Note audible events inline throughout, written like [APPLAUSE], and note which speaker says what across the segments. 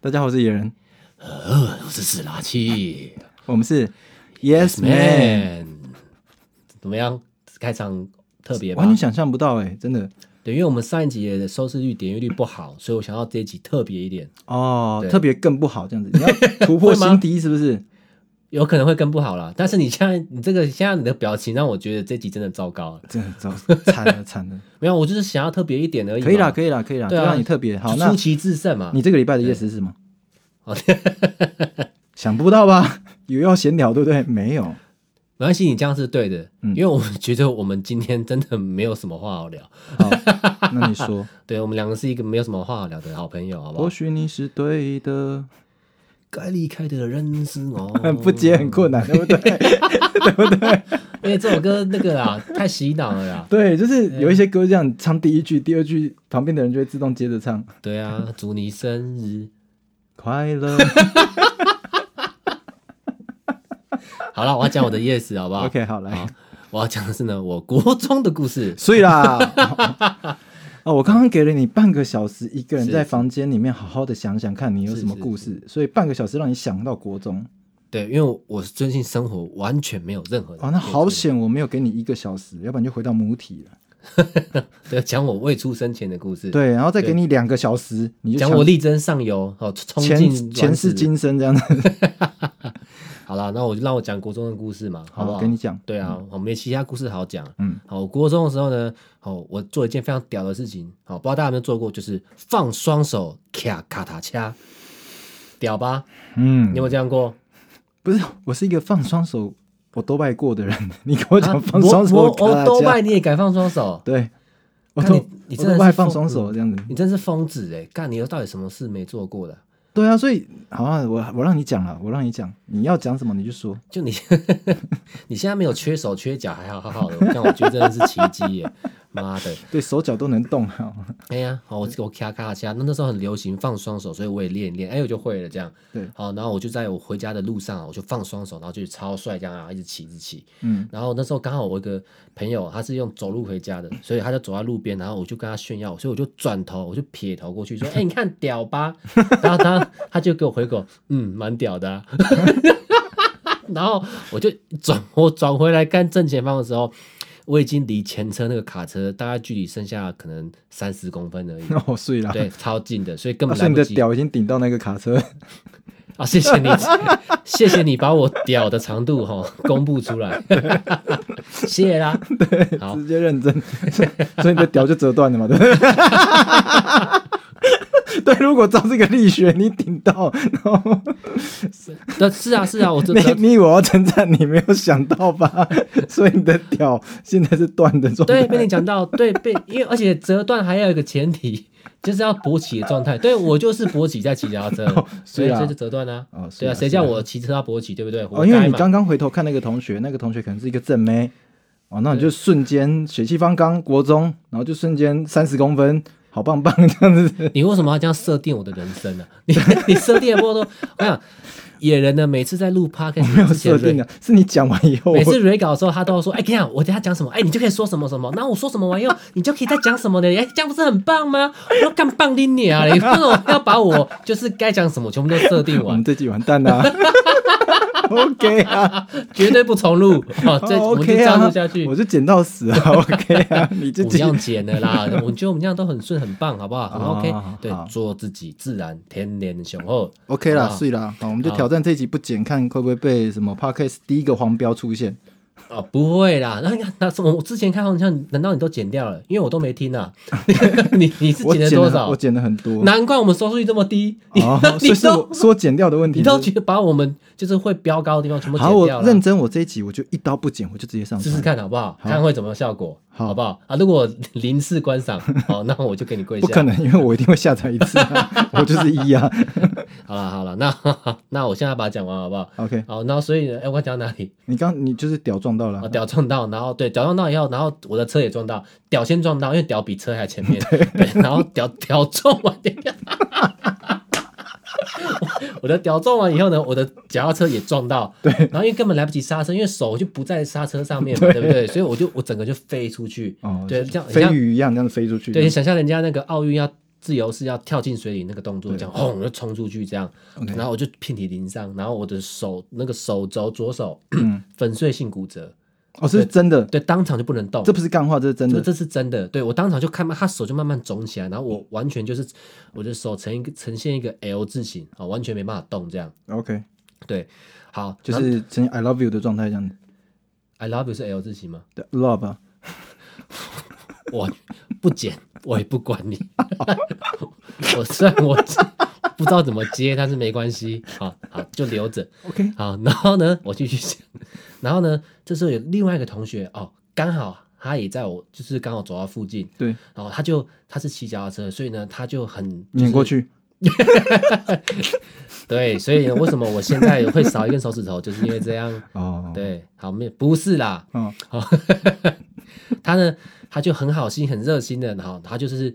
Speaker 1: 大家好，我是野人，
Speaker 2: 呃，我是史拉气
Speaker 1: 我们是 Yes Man，
Speaker 2: Man，怎么样？开场特别吧
Speaker 1: 完全？想象不到哎、真的
Speaker 2: 对，因为我们上一集的收视率、点阅率不好，所以我想要这一集特别一点，
Speaker 1: 哦，
Speaker 2: 对
Speaker 1: 特别更不好这样子，你要突破
Speaker 2: 会吗
Speaker 1: 心底是不是？
Speaker 2: 有可能会更不好啦。但是你现在，你这个现在你的表情让我觉得这集真的糟糕了。
Speaker 1: 真的糟，惨了惨
Speaker 2: [LAUGHS]
Speaker 1: 了，
Speaker 2: 没有，我就是想要特别一点而已嘛。
Speaker 1: 可以啦可以啦可以啦，
Speaker 2: 对啊
Speaker 1: 就让你特别好。
Speaker 2: 就
Speaker 1: 那
Speaker 2: 出哦奇制胜嘛。
Speaker 1: 你这个礼拜的 Yes 是什么
Speaker 2: 好？
Speaker 1: [LAUGHS] 想不到吧？有要闲聊对不对？没有，
Speaker 2: 没关系，你这样是对的，
Speaker 1: 嗯
Speaker 2: 因为我们觉得我们今天真的没有什么话好聊。
Speaker 1: 好，那你
Speaker 2: [LAUGHS]
Speaker 1: 说，
Speaker 2: 对我们两个是一个没有什么话好聊的好朋友，好不好
Speaker 1: 或？许你是对
Speaker 2: 哦
Speaker 1: 的，，
Speaker 2: 该离开的人是 [LAUGHS] 我
Speaker 1: 不接很困难，对不对？
Speaker 2: [LAUGHS] 因为这首歌那个啦， [LAUGHS] 太洗脑了啦。
Speaker 1: 对，就是有一些歌这样唱第一句，第二句旁边的人就会自动接着唱
Speaker 2: 对啊，祝你生日。
Speaker 1: 快乐。
Speaker 2: 好了，我要讲我的 yes 好不好
Speaker 1: OK，好来。
Speaker 2: 好，我要讲的是呢，我国中的故事。
Speaker 1: 睡
Speaker 2: [LAUGHS]
Speaker 1: 啦。哦，我刚刚给了你半个小时，一个人
Speaker 2: 是
Speaker 1: 在
Speaker 2: 是
Speaker 1: 房间里面好好的想想看你有
Speaker 2: 是
Speaker 1: 什么
Speaker 2: 是
Speaker 1: 故事，所以半个小时让你想到国中。
Speaker 2: 对，因为我最近生活完全没有任何的
Speaker 1: 哦，那好
Speaker 2: 故事。
Speaker 1: 险我没有给你一个小时，要不然就回到母体了。
Speaker 2: 对，讲我未出生前的故事。，
Speaker 1: 对，然后再给
Speaker 2: 对
Speaker 1: 你两个小时，你就
Speaker 2: 讲
Speaker 1: 想
Speaker 2: 我力争上游，哦，冲
Speaker 1: 前
Speaker 2: 进
Speaker 1: 前世
Speaker 2: 世。
Speaker 1: 今生 [LAUGHS] 这样子。
Speaker 2: 好了，那我就让我讲国中的故事嘛，好不
Speaker 1: 好，
Speaker 2: 好？
Speaker 1: 给你讲。
Speaker 2: 对啊，我没其他故事好讲。
Speaker 1: 嗯，
Speaker 2: 好，我国中的时候呢，好，我做一件非常屌的事情，好，不知道大家有没有做过，就是放双手卡卡塔掐，屌吧？
Speaker 1: 嗯
Speaker 2: 你有没，有这样过？
Speaker 1: 不是，我是一个放双手我都拜过的人，你跟我讲放
Speaker 2: 啊我
Speaker 1: 双手，
Speaker 2: 我
Speaker 1: 我咔啦
Speaker 2: 我多
Speaker 1: 夹
Speaker 2: 拜，你也敢放双手？
Speaker 1: 对，我
Speaker 2: 看
Speaker 1: 都
Speaker 2: 你你
Speaker 1: 我都
Speaker 2: 真的是
Speaker 1: 拜放
Speaker 2: 疯嗯
Speaker 1: 双手这样子。
Speaker 2: 你真是疯子哎、干，你又到底什么事没做过的？
Speaker 1: 对啊，所以好啊，我我让你讲了，我让你讲，你要讲什么你就说。
Speaker 2: 就你， [LAUGHS] 你现在没有缺手缺脚，还好好好的，但我觉得真的是奇迹耶、妈的！
Speaker 1: 对手脚都能动
Speaker 2: [LAUGHS]
Speaker 1: 啊。
Speaker 2: 哎呀，好，我我咔咔咔，那那时候很流行放双手，所以我也练一练，哎，我就会了这样。
Speaker 1: 对
Speaker 2: 好，然后我就在我回家的路上啊，我就放双手，然后就超帅这样啊，一直骑，一直骑。
Speaker 1: 嗯，，
Speaker 2: 然后那时候刚好我有一个朋友，他是用走路回家的，所以他就走在路边，然后我就跟他炫耀，所以我就转头，我就撇头过去说：“哎、你看屌吧？” [LAUGHS] 然后他他就给我回口：“嗯，蛮屌的、啊。”然后我就转我转回来看正前方的时候，我已经离前车那个卡车大概距离剩下可能三十公分而已
Speaker 1: [LAUGHS] 那我睡了。
Speaker 2: 对，超近的，所以根
Speaker 1: 啊，
Speaker 2: 本
Speaker 1: 所以
Speaker 2: 来
Speaker 1: 你
Speaker 2: 不
Speaker 1: 的
Speaker 2: 及。
Speaker 1: 屌已经顶到那个卡车，
Speaker 2: 啊，谢谢你，谢谢你把我屌的长度哈、公布出来，谢谢啦。 [LAUGHS] 好
Speaker 1: 直接认真， [LAUGHS] 所以你的屌就折断了嘛，对不 [LAUGHS] 对？对，如果照这个力学，你顶到，然后
Speaker 2: 那是啊是啊，我真的
Speaker 1: [LAUGHS] 你你以为我要称赞你，没有想到吧？ [LAUGHS] 所以你的屌现在是断的状态。
Speaker 2: 对被你讲到，对被因为而且折断还要有一个前提，就是要勃起的状态。对我就是勃起在骑脚踏车，所以
Speaker 1: 是啊
Speaker 2: 这就折断啦。
Speaker 1: 哦是
Speaker 2: 对
Speaker 1: 啊
Speaker 2: 啊，谁
Speaker 1: 是啊
Speaker 2: 叫我骑车要勃起，对不对？活
Speaker 1: 哦，因为
Speaker 2: 该
Speaker 1: 你
Speaker 2: 嘛
Speaker 1: 刚刚回头看那个同学，那个同学可能是一个正妹，哦，那你就瞬间血气方刚，国中，然后就瞬间三十公分，好棒棒这样子。
Speaker 2: 你为什么要这样设定我的人生呢、 [LAUGHS] 你你设定的波动，我想野人呢，每次在录 podcast
Speaker 1: 没有
Speaker 2: 之前
Speaker 1: 设定的，是你讲完以后，
Speaker 2: 每次 re 稿的时候，他都会说：“哎、跟你讲，我等一下讲什么，哎、你就可以说什么什么。然后我说什么玩意儿，你就可以再讲什么的，哎、这样不是很棒吗？”我说：“干棒的
Speaker 1: [LAUGHS]
Speaker 2: 你啊！你为什么要把我就是该讲什么全部都设定
Speaker 1: 我们
Speaker 2: 完，
Speaker 1: 这集完蛋
Speaker 2: [LAUGHS]
Speaker 1: 啦、OK 啊，
Speaker 2: 绝对不重录啊！这、
Speaker 1: 好
Speaker 2: 我们就
Speaker 1: OK
Speaker 2: 这样
Speaker 1: 啊
Speaker 2: 录下去，
Speaker 1: 我就剪到
Speaker 2: [LAUGHS]
Speaker 1: 死啊，OK 啊，你自
Speaker 2: 我
Speaker 1: 己
Speaker 2: 这样剪的啦。我觉得我们这样都很顺，很棒，
Speaker 1: [LAUGHS]
Speaker 2: 好不好？很
Speaker 1: 哦
Speaker 2: OK，、
Speaker 1: 好
Speaker 2: 对
Speaker 1: 好，
Speaker 2: 做自己，自然，天然雄厚。
Speaker 1: OK 啦，
Speaker 2: 好
Speaker 1: 睡啦，好，我们就
Speaker 2: 好
Speaker 1: 挑战这集不剪，看会不会被什么 Podcast 第一个黄标出现。
Speaker 2: 哦，不会啦，那那什么，我之前看好像，难道你都剪掉了？因为我都没听
Speaker 1: [LAUGHS]
Speaker 2: 啊。你你是
Speaker 1: 我
Speaker 2: 剪了
Speaker 1: 剪
Speaker 2: 多
Speaker 1: 了，
Speaker 2: 少
Speaker 1: 我？剪了很多。
Speaker 2: [LAUGHS] 难怪我们收视率这么低。你，
Speaker 1: 哦
Speaker 2: [LAUGHS]
Speaker 1: 所以
Speaker 2: 你
Speaker 1: 是
Speaker 2: 都
Speaker 1: 我是我剪掉的问题。
Speaker 2: 你都
Speaker 1: 是不是
Speaker 2: 觉得把我们就是会标高的地方全部剪
Speaker 1: 好，我
Speaker 2: 掉了，
Speaker 1: 认真，我这一集我就一刀不剪，我就直接上
Speaker 2: 试试
Speaker 1: 传。
Speaker 2: 看好不好？看会怎么效果，
Speaker 1: 好
Speaker 2: 好不好？啊，如果零次观赏， [LAUGHS] 好，那我就给你跪
Speaker 1: 不可
Speaker 2: 下。
Speaker 1: 能，因为我一定会下载一次啊、 [LAUGHS] 我就是一啊。
Speaker 2: 好了好了，那那 [LAUGHS] 我现在把它讲完好不好？
Speaker 1: OK，
Speaker 2: 好，然后所以呢，哎，我讲到哪里？
Speaker 1: 你刚你就是屌撞到了
Speaker 2: 啊，
Speaker 1: 啊，
Speaker 2: 屌撞到，然后对，屌撞到以后，然后我的车也撞到，屌先撞到，因为屌比车还前面，对，然后屌屌撞完，等一下我我的屌撞完以后呢，我的脚踏车也撞到，对，然后因为根本来不及刹车，因为手就不在刹车上面嘛，对不对？所以我就我整个就飞出去，
Speaker 1: 哦，
Speaker 2: 对，
Speaker 1: 就
Speaker 2: 这样
Speaker 1: 飞
Speaker 2: 像
Speaker 1: 鱼一样这样子飞出去。
Speaker 2: 对，你想象人家那个奥运要自由式要跳进水里那个动作，
Speaker 1: 对
Speaker 2: 这样轰就冲出去这样，
Speaker 1: OK
Speaker 2: 然后我就遍体鳞伤，然后我的手那个手肘左手
Speaker 1: 嗯
Speaker 2: 粉碎性骨折，
Speaker 1: 哦，这是真的，
Speaker 2: 对，当场就不能动
Speaker 1: 这。不是干话，这是真
Speaker 2: 这
Speaker 1: 的。
Speaker 2: 这是真的，对我当场就看到他手就慢慢肿起来，然后我完全就是我的手呈一个呈现一个 L 字形啊、完全没办法动这样。
Speaker 1: OK，
Speaker 2: 对，好，
Speaker 1: 就
Speaker 2: 然后
Speaker 1: 是呈现 I love you 的状态这样子。
Speaker 2: I love you 是 L 字形吗？
Speaker 1: 对 love 啊
Speaker 2: 我不剪，我也不管你。 [LAUGHS] 我虽然我不知道怎么接，但是没关系，好好就留着。
Speaker 1: OK，
Speaker 2: 好，然后呢，我继续讲。然后呢，这时候有另外一个同学哦，刚好他也在我，就是刚好走到附近，
Speaker 1: 对，
Speaker 2: 然后哦他就他是骑脚踏车，所以呢，他就很就是
Speaker 1: 碾过去。
Speaker 2: 对，所以呢为什么我现在会少一根手指头，就是因为这样。
Speaker 1: 哦，
Speaker 2: 对，好，没有不是啦，
Speaker 1: 嗯，
Speaker 2: 他呢，他就很好心、很热心的，然后他就是，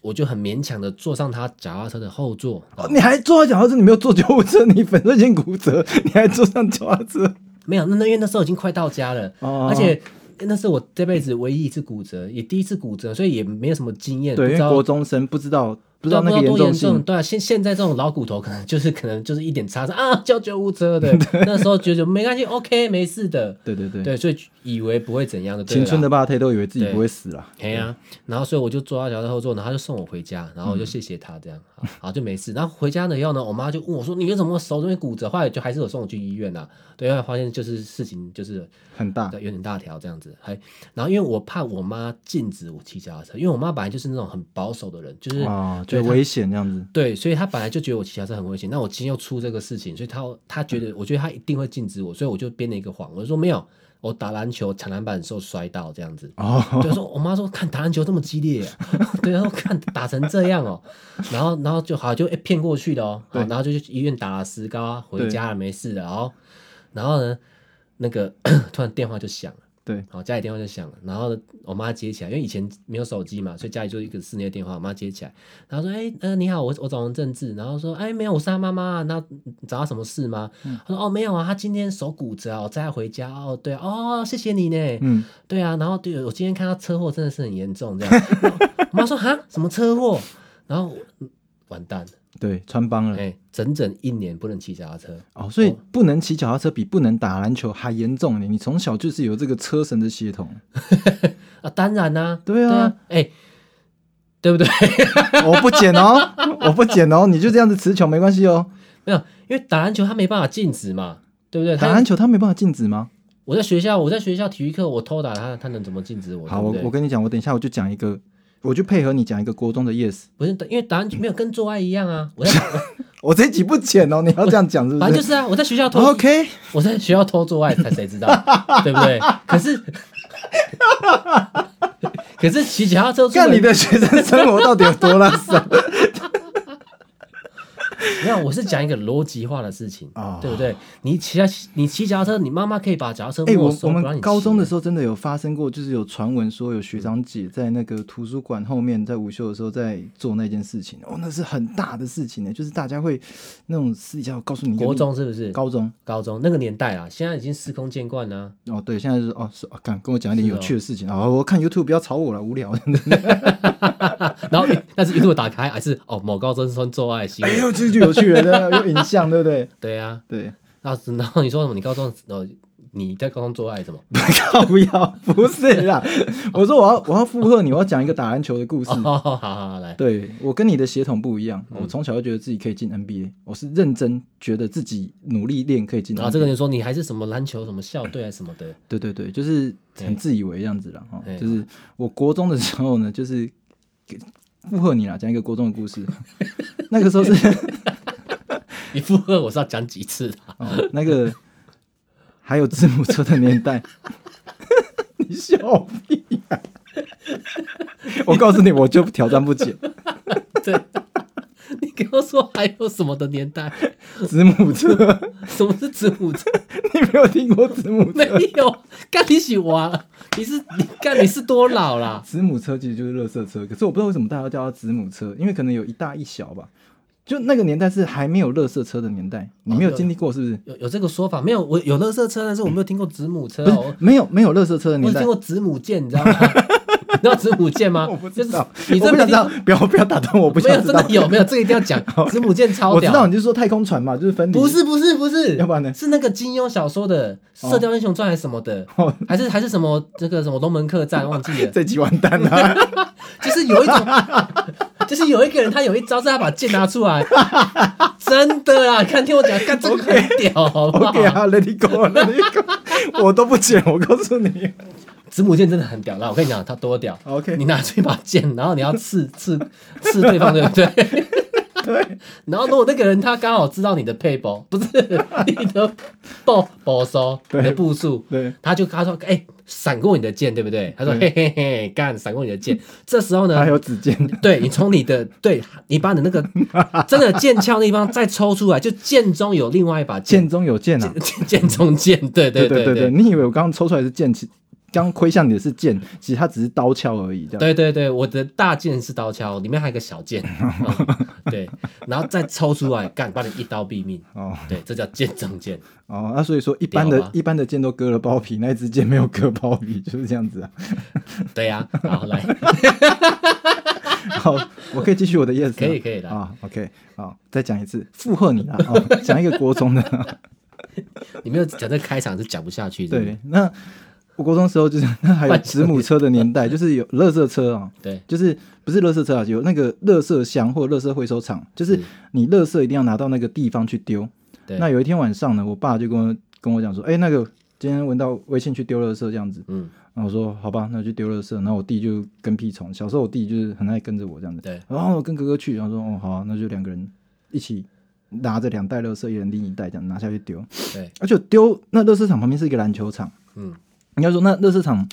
Speaker 2: 我就很勉强的坐上他脚踏车的后座，
Speaker 1: 哦你还坐在脚踏车，你没有坐救护车，你粉碎性骨折，你还坐上脚踏车。
Speaker 2: 没有，那那因为那时候已经快到家了，
Speaker 1: 哦
Speaker 2: 而且那是我这辈子唯一一次骨折，也第一次骨折，所以也没有什么经验，不
Speaker 1: 对，
Speaker 2: 知
Speaker 1: 因为
Speaker 2: 道
Speaker 1: 国中生不知道不
Speaker 2: 不
Speaker 1: 知道那个
Speaker 2: 多
Speaker 1: 重
Speaker 2: 严
Speaker 1: 性，
Speaker 2: 对啊，现现在这种老骨头可能就是可能就是一点擦伤 [LAUGHS] 啊，叫救护
Speaker 1: [LAUGHS]
Speaker 2: 车的，那时候觉得没关系，OK，没事的，
Speaker 1: 对对对，
Speaker 2: 对，所以以为不会怎样的，对啊
Speaker 1: 青春
Speaker 2: 啦
Speaker 1: 的巴特都以为自己
Speaker 2: 对
Speaker 1: 不会死啊啦。
Speaker 2: 嘿呀、然后所以我就坐到脚踏后座，然后他就送我回家，然后我就谢谢他这样，
Speaker 1: 嗯
Speaker 2: 好，好就没事。然后回家了以后呢，我妈就问我说：“你为什么手这边骨折？”后来就还是有送我去医院啦、对，后来发现就是事情就是
Speaker 1: 很大
Speaker 2: 对有点大条这样子，还然后因为我怕我妈禁止我骑脚踏车，因为我妈本来就是那种很保守的人，就是
Speaker 1: 啊，
Speaker 2: 对
Speaker 1: 就
Speaker 2: 她
Speaker 1: 危险这样子。
Speaker 2: 对，所以他本来就觉得我骑脚踏车很危险。那我今天又出这个事情，所以他他觉
Speaker 1: 嗯
Speaker 2: 得，我觉得他一定会禁止我，所以我就编了一个谎，我就说没有，我打篮球抢篮板的时候摔到这
Speaker 1: [LAUGHS]
Speaker 2: 样子。
Speaker 1: 哦，
Speaker 2: 对，说我妈说看打篮球这么激
Speaker 1: [LAUGHS]
Speaker 2: 烈、啊，对，她说看打成这样哦、然后然后就好就诶骗过去的哦、好
Speaker 1: 对
Speaker 2: 然后就去医院打了石膏啊，回
Speaker 1: 对
Speaker 2: 家了没事了，然后然后呢，那个 [COUGHS] 突然电话就响了。
Speaker 1: 对，
Speaker 2: 好，家里电话就响了，然后我妈接起来，因为以前没有手机嘛，所以家里就一个室内电话，我妈接起来，然后说：“哎、呃，你好，我我找王正治。”然后说：“哎、没有，我是他妈妈啊，那嗯找他什么事吗？”
Speaker 1: 嗯
Speaker 2: 她说：“哦，没有啊，他今天手骨折啊，我载他回家。哦，对啊，哦，谢谢你呢。
Speaker 1: 嗯，
Speaker 2: 对啊，然后对我今天看他车祸真的是很严重，这样。然后我妈说哈，什么车祸？然后我嗯完蛋了，
Speaker 1: 对，穿帮
Speaker 2: 哎、
Speaker 1: 了。
Speaker 2: 整整一年不能骑脚踏车。
Speaker 1: 哦，所以不能骑脚踏车比不能打篮球还严重呢。你从小就是有这个车神的血
Speaker 2: [LAUGHS]
Speaker 1: 统。
Speaker 2: 啊，当然啦、
Speaker 1: 对啊
Speaker 2: 对啊，哎、对不对？
Speaker 1: 我不剪哦，我不剪哦，你就这样子持球没关系
Speaker 2: [LAUGHS]
Speaker 1: 哦。
Speaker 2: 没有，因为打篮球他没办法禁止嘛，对不对？
Speaker 1: 打
Speaker 2: 他
Speaker 1: 篮球他没办法禁止吗？
Speaker 2: 我在学校，我在学校体育课，我偷打他，他能怎么禁止我？
Speaker 1: 好，
Speaker 2: 对
Speaker 1: 我
Speaker 2: 不对
Speaker 1: 我跟你讲，我等一下我就讲一个，我就配合你讲一个国中的 yes。
Speaker 2: 不是因为打篮球没有跟做爱一样啊，
Speaker 1: [LAUGHS]
Speaker 2: 我在
Speaker 1: 我这一集不剪哦，你要这样讲是不
Speaker 2: 反正就是是啊，我在学校偷，
Speaker 1: [LAUGHS] ？OK，
Speaker 2: 我在学校偷做爱，才谁
Speaker 1: [LAUGHS]
Speaker 2: 知道，对不对？可是， [LAUGHS] 可是骑脚踏车出门，
Speaker 1: 看你的学生生活到底有多拉撒。
Speaker 2: 没有，我是讲一个逻辑化的事情，
Speaker 1: 哦
Speaker 2: 对不对？你骑脚你骑脚踏车，你妈妈可以把脚踏车
Speaker 1: 哎、
Speaker 2: 没
Speaker 1: 我
Speaker 2: 收，
Speaker 1: 我
Speaker 2: 不让
Speaker 1: 们
Speaker 2: 你
Speaker 1: 高
Speaker 2: 骑
Speaker 1: 中的时候真的有发生过，就是有传闻说有学长姐在那个图书馆后面，在午休的时候在做那件事情，哦，那是很大的事情呢，就是大家会那种私底下我告诉你一个
Speaker 2: 国
Speaker 1: 秘
Speaker 2: 中是不是？
Speaker 1: 高中
Speaker 2: 高中那个年代啊，现在已经司空见惯啊了。
Speaker 1: 哦，对，现在就是哦是哦，敢跟我讲一点
Speaker 2: 是
Speaker 1: 有
Speaker 2: 哦
Speaker 1: 趣的事情啊、哦我看 YouTube 不要吵我了，无聊。
Speaker 2: 然后但是一路打开还是哦某高中生做爱行
Speaker 1: 哎
Speaker 2: 为，
Speaker 1: 呦，这就有趣了，对有影像，对不对？
Speaker 2: 对啊。
Speaker 1: 对， [LAUGHS]
Speaker 2: 那然后你说什么？你高中哦你在高中做爱什么？
Speaker 1: 靠不要，不是啦， [LAUGHS] 我说我要我要附和你，我要讲一个打篮球的故事。
Speaker 2: 哦，好好好，来，
Speaker 1: 对我跟你的血统不一样，我从小就觉得自己可以进 NBA，我是认真觉得自己努力练可以进 NBA。
Speaker 2: 然后这个人说你还是什么篮球什么校队啊什么的，
Speaker 1: 对对对，就是很自以为这样子了哈
Speaker 2: 对。
Speaker 1: 就是我国中的时候呢，就是给附和你啦，讲一个国中的故 [LAUGHS] 事。那个时候是、 [LAUGHS]
Speaker 2: 你附和我是要讲几次啊？ [LAUGHS]
Speaker 1: 哦、那个还有字母车的年代， [LAUGHS] 你笑屁、啊！ [LAUGHS] 我告诉你，我就挑战不起
Speaker 2: 对， [LAUGHS] 你跟我说还有什么的年代？
Speaker 1: 子母车， [LAUGHS]
Speaker 2: 什么是子母车？
Speaker 1: 你没有听过子母
Speaker 2: [LAUGHS] 没
Speaker 1: 车？
Speaker 2: 有，干你洗娃，你是你干你是多老啦？
Speaker 1: 子母车其实就是垃圾车，可是我不知道为什么大家叫它子母车，因为可能有一大一小吧。就那个年代是还没有垃圾车的年代，你没有经历过是不是？
Speaker 2: 有有这个说法没有？我有乐色车，但是我没有听过子母车
Speaker 1: 不
Speaker 2: 哦
Speaker 1: 是，，没有没有垃圾车的
Speaker 2: 我
Speaker 1: 年
Speaker 2: 只
Speaker 1: 代 [LAUGHS]
Speaker 2: 听。过子母舰，你知道吗？你知道子母舰吗？
Speaker 1: 我不
Speaker 2: 就
Speaker 1: 知
Speaker 2: 是
Speaker 1: 道，
Speaker 2: 你
Speaker 1: 我
Speaker 2: 这
Speaker 1: 不想
Speaker 2: 边
Speaker 1: 知道，不要不要打断我，我不
Speaker 2: 没有
Speaker 1: 想知
Speaker 2: 真
Speaker 1: 道
Speaker 2: 的。有没有这个一定
Speaker 1: [LAUGHS]
Speaker 2: 要讲，子母舰超
Speaker 1: 我知
Speaker 2: 屌。
Speaker 1: 道你就说太空船嘛，就是芬迪。
Speaker 2: 不是不是不是，
Speaker 1: 要不然呢
Speaker 2: 是那个金庸小说的《射雕英雄传》还是什么的，
Speaker 1: 哦
Speaker 2: 还是还是什么这个什么龙门
Speaker 1: [LAUGHS]
Speaker 2: 客栈忘记了，
Speaker 1: 这集完蛋
Speaker 2: [LAUGHS]
Speaker 1: 了， [LAUGHS]
Speaker 2: 就是有一种， [LAUGHS] 就是有一个人他有一招是他把剑拿出
Speaker 1: [LAUGHS]
Speaker 2: 来，真的啦，看听我讲，看这个很屌，好不好
Speaker 1: OK 啊，Let it go，Let it go，我都不剪，我告诉你，
Speaker 2: 子母剑真的很屌，那我跟你讲，它多屌。
Speaker 1: OK
Speaker 2: 你拿出一把剑，然后你要刺刺刺对方，对不
Speaker 1: [LAUGHS]
Speaker 2: 对？对。 [LAUGHS] 然后如果那个人他刚好知道你的配包，不是你的爆爆收，你的
Speaker 1: 对
Speaker 2: 步数，
Speaker 1: 对，
Speaker 2: 他就他说，哎、闪过你的剑，对不对？他说，嘿
Speaker 1: 对哎
Speaker 2: 嘿嘿，干，闪过你的剑。这时候呢
Speaker 1: 还，有指尖，
Speaker 2: 对你从你的对你把你
Speaker 1: [LAUGHS]
Speaker 2: 那个真的剑鞘那地方再抽出来，就剑中有另外一把剑，
Speaker 1: 剑中有剑啊，
Speaker 2: 剑剑中剑，对对
Speaker 1: 对
Speaker 2: 对
Speaker 1: 对，你以为我刚刚抽出来是剑，其刚挥向你的是剑，其实它只是刀鞘而已，这样。
Speaker 2: 对对对，我的大剑是刀鞘，里面还有一个
Speaker 1: [LAUGHS]
Speaker 2: 小剑、嗯对，然后再抽出来，干，把你一刀毙命。
Speaker 1: 哦
Speaker 2: 对，这叫剑中剑。
Speaker 1: 哦，那所以说一般的
Speaker 2: 屌吧啊
Speaker 1: 一般的剑都割了包皮，那一支剑没有割包皮，就是这样子啊。
Speaker 2: 对呀、好来，
Speaker 1: 好，我可以继续
Speaker 2: [LAUGHS]
Speaker 1: 我的 yes，吗
Speaker 2: 可以可以的
Speaker 1: 啊，OK，好，再讲一次，附和你啦，哦，讲一个国中
Speaker 2: [LAUGHS]
Speaker 1: 的，
Speaker 2: 你没有讲这开场是讲不下去的。
Speaker 1: 对，那我国中时候就是那还有子母车的年代，就是有垃圾车啊、
Speaker 2: 对
Speaker 1: 就是不是垃圾车啊，有那个垃圾箱或垃圾回收厂，就是
Speaker 2: 嗯
Speaker 1: 你垃圾一定要拿到那个地方去丢。
Speaker 2: 对
Speaker 1: 那有一天晚上呢，我爸就跟我跟我讲说，哎、那个今天闻到微信去丢垃圾这样子，
Speaker 2: 嗯，
Speaker 1: 然后我说好吧，那我去丢垃圾。然后我弟就跟屁虫，小时候我弟就是很爱跟着我这样子。
Speaker 2: 对
Speaker 1: 然后我跟哥哥去，然后说哦好啊、那就两个人一起拿着两袋垃圾，一人拎一袋这样拿下去丢。
Speaker 2: 对，
Speaker 1: 而且丢那垃圾场旁边是一个篮球场，
Speaker 2: 嗯，
Speaker 1: 应该说那垃圾场。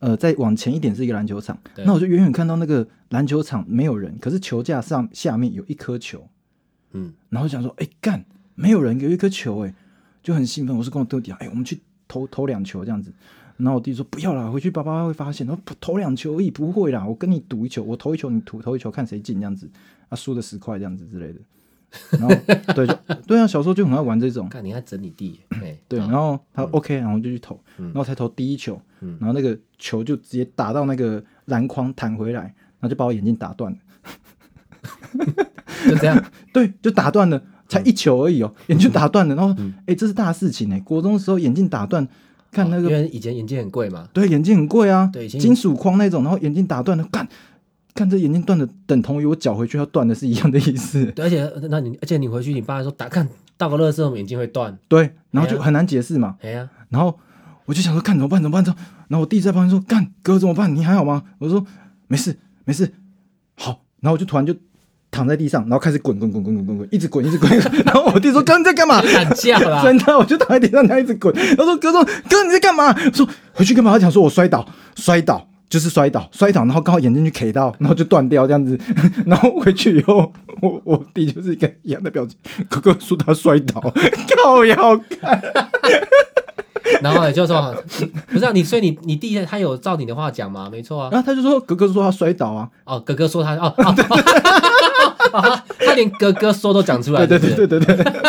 Speaker 1: 呃，再往前一点是一个篮球场，
Speaker 2: 对
Speaker 1: 那我就远远看到那个篮球场没有人，可是球架上下面有一颗球，
Speaker 2: 嗯，
Speaker 1: 然后想说，哎、干，没有人有一颗球、哎，就很兴奋。我是跟我弟讲，哎、我们去投投两球这样子。然后我弟说不要啦，回去爸爸会发现。然后不投两球而已，不会啦，我跟你赌一球，我投一球，你投投一球，看谁进这样子。啊，输了十块这样子之类的。然后对就 [LAUGHS] 对啊，小时候就很爱玩这种。
Speaker 2: 看你还整理地，哎，
Speaker 1: [LAUGHS] 对，啊
Speaker 2: 好
Speaker 1: 然后他 OK，然后就去投，然后才投第一球，然后那个球就直接打到那个篮筐弹回来，然后就把我眼睛打断了。
Speaker 2: 就这样，
Speaker 1: 对，就打断了，
Speaker 2: 嗯
Speaker 1: 才一球而已哦，眼睛打断了，然后哎、诶这是大事情哎、国中的时候眼镜打断，看那
Speaker 2: 哦因
Speaker 1: 个、
Speaker 2: 为以前眼镜很贵嘛，
Speaker 1: 对眼镜很贵啊，
Speaker 2: 对以前
Speaker 1: 金属框那种，然后眼镜打断了，干，看这眼镜断的，等同于我缴回去要断的是一样的意思， [LAUGHS]
Speaker 2: 对，而且那你而且你回去，你爸说打看到个乐色，我们眼睛会断，
Speaker 1: 对，然后就
Speaker 2: 哎呀
Speaker 1: 很难解释嘛，
Speaker 2: 哎呀，
Speaker 1: 然后我就想说，看怎么办？怎么办？怎么办然后我弟在旁边说：“干哥怎么办？你还好吗？”我说：“没事，没事，好。”然后我就突然就躺在地上，然后开始滚滚滚滚滚滚滚，一直滚一直滚。 [LAUGHS] 然后我弟说：“哥你在干嘛？”
Speaker 2: 打架
Speaker 1: [LAUGHS]
Speaker 2: 啦，
Speaker 1: 真的，我就躺在地上那样一直滚。他说：“哥说哥你在干嘛？”我说：“回去干嘛？”他讲说：“我摔倒，摔倒。”就是摔倒，摔倒，然后刚好眼睛就 K 到，然后就断掉这样子， [LAUGHS] 然后回去以后，我我弟就是一个一样的表情，哥哥说他摔倒， [LAUGHS] 靠腰
Speaker 2: 然后就说， [LAUGHS] 不是啊，你所以你你弟他有照你的话讲吗？没错啊，
Speaker 1: 然后他就说：“哥哥说他摔倒啊。
Speaker 2: 哦，哥哥说他哦，哦哦他连哥哥说都讲出”
Speaker 1: [LAUGHS]
Speaker 2: 来，
Speaker 1: 对对
Speaker 2: 是不是
Speaker 1: 对对对对。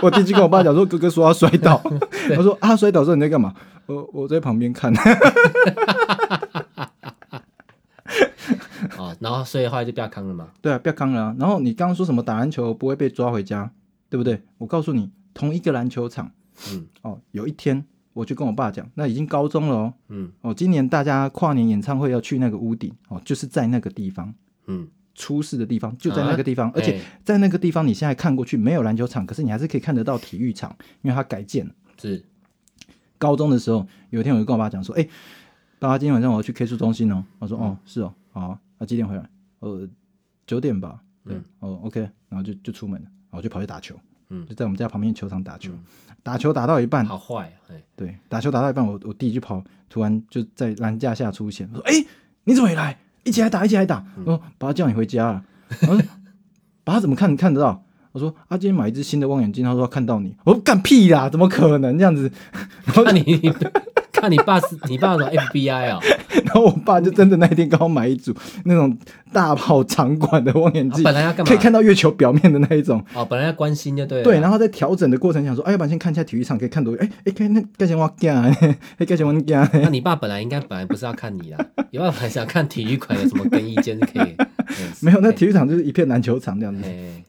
Speaker 1: [LAUGHS] 我弟就跟我爸讲说：“哥哥说他摔 [LAUGHS] 倒。”他说：“啊，摔倒之后你在干嘛？”我我在旁边看。
Speaker 2: 哦，然后所以后来就不要康了嘛，
Speaker 1: 对啊，不要康了、啊。然后你刚刚说什么打篮球不会被抓回家，对不对？我告诉你，同一个篮球场，
Speaker 2: 嗯
Speaker 1: 哦，有一天我就跟我爸讲，那已经高中了哦，
Speaker 2: 嗯
Speaker 1: 哦，今年大家跨年演唱会要去那个屋顶，哦，就是在那个地方
Speaker 2: 嗯，
Speaker 1: 出事的地方，就在那个地方，
Speaker 2: 啊
Speaker 1: 而且
Speaker 2: 哎
Speaker 1: 在那个地方你现在看过去没有篮球场，可是你还是可以看得到体育场，因为它改建了。
Speaker 2: 是
Speaker 1: 高中的时候，有一天我就跟我爸讲说：“哎、爸爸，今天晚上我要去 K 书中心哦。”我说：“
Speaker 2: 嗯
Speaker 1: 哦，是哦，好啊，那、几点回来？呃，九点吧。对，
Speaker 2: 嗯
Speaker 1: 哦，OK，然后就就出门了，然后就跑去打球，
Speaker 2: 嗯
Speaker 1: 就在我们家旁边球场打球，打球打到一半，
Speaker 2: 好坏，哎，
Speaker 1: 对，打球打到一半，我我弟就跑，突然就在栏架下出现，我说：“哎、你怎么也来？一起来打，一起来打！”
Speaker 2: 嗯
Speaker 1: 我说：“爸爸叫你回家了。”我说：“爸爸怎么看看得到？”我说：“啊，今天买一只新的望远镜，他说他看到你。”我说：“干屁啦，怎么可能这样子？”然后
Speaker 2: 那你 [LAUGHS] 看你爸是你爸什么 FBI 啊、
Speaker 1: 然后我爸就真的那一天刚好买一组那种大炮长管的望远
Speaker 2: 啊
Speaker 1: 镜，
Speaker 2: 本来要干嘛
Speaker 1: 可以看到月球表面的那一种。
Speaker 2: 哦，本来要关心就对了。
Speaker 1: 对，然后在调整的过程想说，哎，要不然先看一下体育场，可以看多远？哎哎，看那盖前我干，哎盖前我干，
Speaker 2: 那你爸本来应该本来不是要看你啦， [LAUGHS] 你爸本来想看体育馆有什么更衣间
Speaker 1: [LAUGHS]
Speaker 2: 可以。嗯
Speaker 1: 没有，那体育场就是一片篮球场这样子。
Speaker 2: 哎，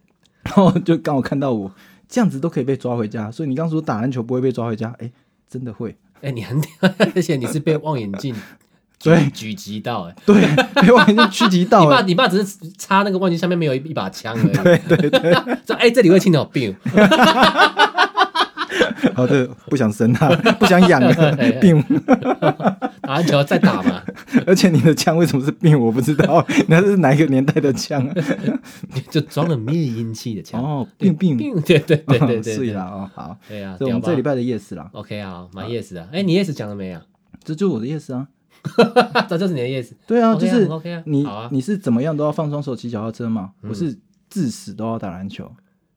Speaker 1: 然后就刚好看到我这样子都可以被抓回家，所以你刚说打篮球不会被抓回家，哎，真的会，
Speaker 2: 哎，你很屌， [LAUGHS] 而且你是被望远镜
Speaker 1: 对
Speaker 2: 狙击到，哎，
Speaker 1: 对，被望远
Speaker 2: [LAUGHS]
Speaker 1: 镜狙击
Speaker 2: 你
Speaker 1: 到
Speaker 2: 爸
Speaker 1: 了，
Speaker 2: 你爸只是插那个望远镜下面没有一一把枪而已。对对对， [LAUGHS] 说哎这里会青岛病，
Speaker 1: 好的，不想生啊，不想养啊
Speaker 2: [LAUGHS] 哎哎，
Speaker 1: 病，
Speaker 2: 打篮球再打嘛， [LAUGHS]
Speaker 1: [LAUGHS] 而且你的枪为什么是病，我不知道，那是哪一个年代的枪啊？
Speaker 2: 就装了灭音器的枪。
Speaker 1: 哦，病病，
Speaker 2: 病， [LAUGHS] 对对对对对，
Speaker 1: 所以
Speaker 2: 对
Speaker 1: 啦，哦，好，
Speaker 2: 对啊，
Speaker 1: 所以我
Speaker 2: 屌
Speaker 1: 们
Speaker 2: 吧
Speaker 1: 这礼拜的夜市啦，
Speaker 2: OK 啊，买 yes 啊，哎，你 yes 讲了没啊？ [LAUGHS]
Speaker 1: 这就是我的夜市啊，
Speaker 2: 这就是你的 yes，
Speaker 1: 对啊，
Speaker 2: OK
Speaker 1: 就
Speaker 2: 啊
Speaker 1: 是
Speaker 2: 很 OK 啊
Speaker 1: 你
Speaker 2: 好啊
Speaker 1: 你是怎么样都要放双手骑脚踏车嘛，
Speaker 2: 嗯
Speaker 1: 我是至死都要打篮球，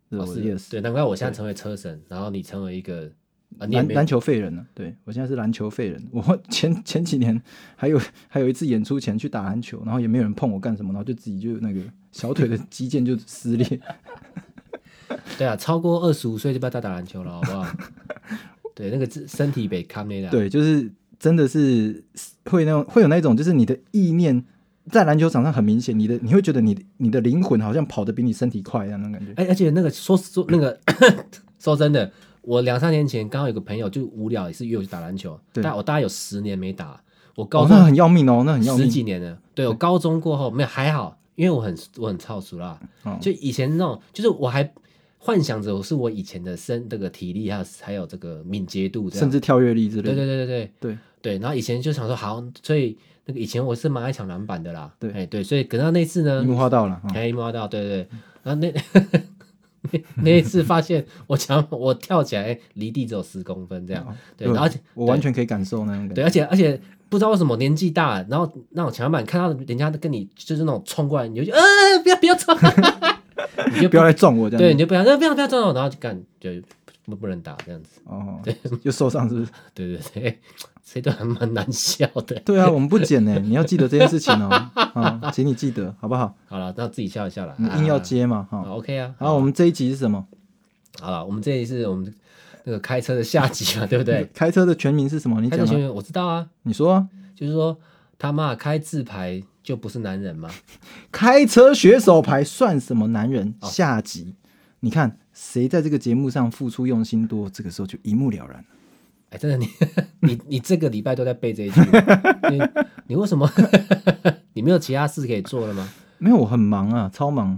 Speaker 1: 这是
Speaker 2: 哦
Speaker 1: 我的
Speaker 2: 是
Speaker 1: 夜市，
Speaker 2: 对，难怪我现在成为车神，然后你成为一个啊，你也
Speaker 1: 篮
Speaker 2: 没有
Speaker 1: 篮球废人了，对我现在是篮球废人。 [LAUGHS] 我前前几年还有还有一次演出前去打篮球，然后也没有人碰我干什么，然后就自己就那个小腿的肌腱就撕裂。
Speaker 2: 对啊，超过二十五岁就不要再打篮球了，好
Speaker 1: [LAUGHS]
Speaker 2: 不好？对，那个自身体被看那的，啊
Speaker 1: 对，就是真的是会那种会有那种，就是你的意念在篮球场上很明显，你的你会觉得你的你的灵魂好像跑得比你身体快一样那种感觉。
Speaker 2: 哎，而且那个说说那个 [COUGHS] 说真的，我两三年前刚好有个朋友就无聊也是约我去打篮球，
Speaker 1: 对
Speaker 2: 但我大概有十年没打，我高
Speaker 1: 哦，
Speaker 2: 中
Speaker 1: 那很要命哦，那很要
Speaker 2: 十
Speaker 1: 命。
Speaker 2: 几年了，对我高中过后没有还好，因为我很我很超熟啦，
Speaker 1: 哦
Speaker 2: 就以前那种就是我还幻想着我是我以前的身这个体力还有还有这个敏捷度这样，
Speaker 1: 甚至跳跃力之类
Speaker 2: 对
Speaker 1: 的。
Speaker 2: 对对对对
Speaker 1: 对
Speaker 2: 对，然后以前就想说好，所以那个以前我是蛮爱抢篮板的啦，
Speaker 1: 对
Speaker 2: 哎对，所以等到那次呢
Speaker 1: 樱，木花道了，哦
Speaker 2: 哎摸到，对对，对然后那那 [LAUGHS] 那一次发现我抢我跳起来离地只有十公分这
Speaker 1: 哦
Speaker 2: 样，对，然后而且
Speaker 1: 我完全可以感受那种感觉。
Speaker 2: 对，而且而且不知道为什么年纪大了，然后那种抢板看到人家跟你就是那种冲过来，你就觉得呃不要不要冲， [LAUGHS] 你就
Speaker 1: 不要来撞我这样。
Speaker 2: 对，你就不要呃不要不要撞我，然后就干就不不能打这样子，
Speaker 1: 哦，又受伤是不是？
Speaker 2: 对对对，这段还蛮难笑的。
Speaker 1: 对啊，我们不剪呢，你要记得这件事情哦，啊、请你记得好不好？
Speaker 2: 好了，那自己笑一笑了，
Speaker 1: 你硬要
Speaker 2: 啊
Speaker 1: 接嘛，哈、
Speaker 2: 好 OK 啊，
Speaker 1: 然后我们这一集是什么？
Speaker 2: 好了，我们这里是我们那个开车的下集嘛，对不对？
Speaker 1: 开车的全名是什么？你
Speaker 2: 开车
Speaker 1: 讲
Speaker 2: 学
Speaker 1: 啊，
Speaker 2: 员我知道啊，
Speaker 1: 你说啊，
Speaker 2: 就是说他妈开自牌就不是男人嘛，
Speaker 1: 开车学手牌算什么男人？
Speaker 2: 哦
Speaker 1: 下集，你看谁在这个节目上付出用心多，这个时候就一目了然。
Speaker 2: [LAUGHS] 哎，真的你 [LAUGHS] 你你这个礼拜都在背这一句， [LAUGHS] 你你为什么 [LAUGHS] 你没有其他事可以做了吗？
Speaker 1: 没有，我很忙啊，超忙。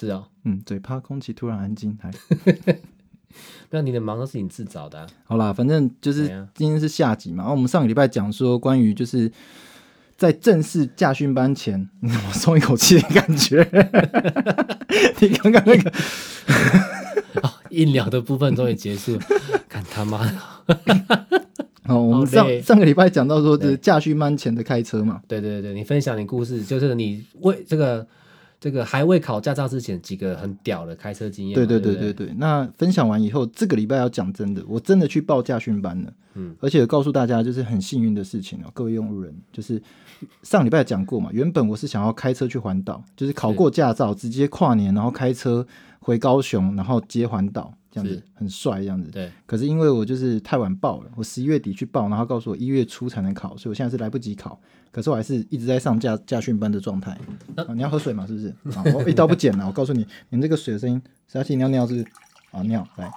Speaker 2: 是哦，
Speaker 1: 嗯，嘴巴空气突然安静。来，
Speaker 2: 那你的忙都是你自找的、啊， [LAUGHS]
Speaker 1: 好啦，反正就
Speaker 2: 怎样
Speaker 1: 是今天是下集嘛。啊然后我们上个礼拜讲说关于就是在正式驾训班前，你怎么松一口气的感
Speaker 2: [LAUGHS]
Speaker 1: 觉？你刚刚那个
Speaker 2: 哦硬聊的部分终于结束， [LAUGHS] 看他妈的，
Speaker 1: 哦，我们
Speaker 2: 好累
Speaker 1: 上上个礼拜讲到说，就是驾训班前的开车嘛，
Speaker 2: 对对对，你分享你故事，就是你为这个这个还未考驾照之前几个很屌的开车经验嘛，
Speaker 1: 对对
Speaker 2: 对
Speaker 1: 对
Speaker 2: 不
Speaker 1: 对对。那分享完以后，这个礼拜要讲真的，我真的去报驾训班了，
Speaker 2: 嗯，
Speaker 1: 而且告诉大家就是很幸运的事情哦，各位用路人，就是上礼拜讲过嘛，原本我是想要开车去环岛，就是考过驾照，直接跨年，然后开车回高雄，然后接环岛，这样子
Speaker 2: 是
Speaker 1: 很帅这样子。
Speaker 2: 对，
Speaker 1: 可是因为我就是太晚报了，我十一月底去报，然后告诉我一月初才能考，所以我现在是来不及考。可是我还是一直在上驾驾训班的状态、啊。你要喝水吗？是不是？啊，我一刀不剪了。我告诉你，你们这个水的声音是要去尿尿是不是？啊，尿来。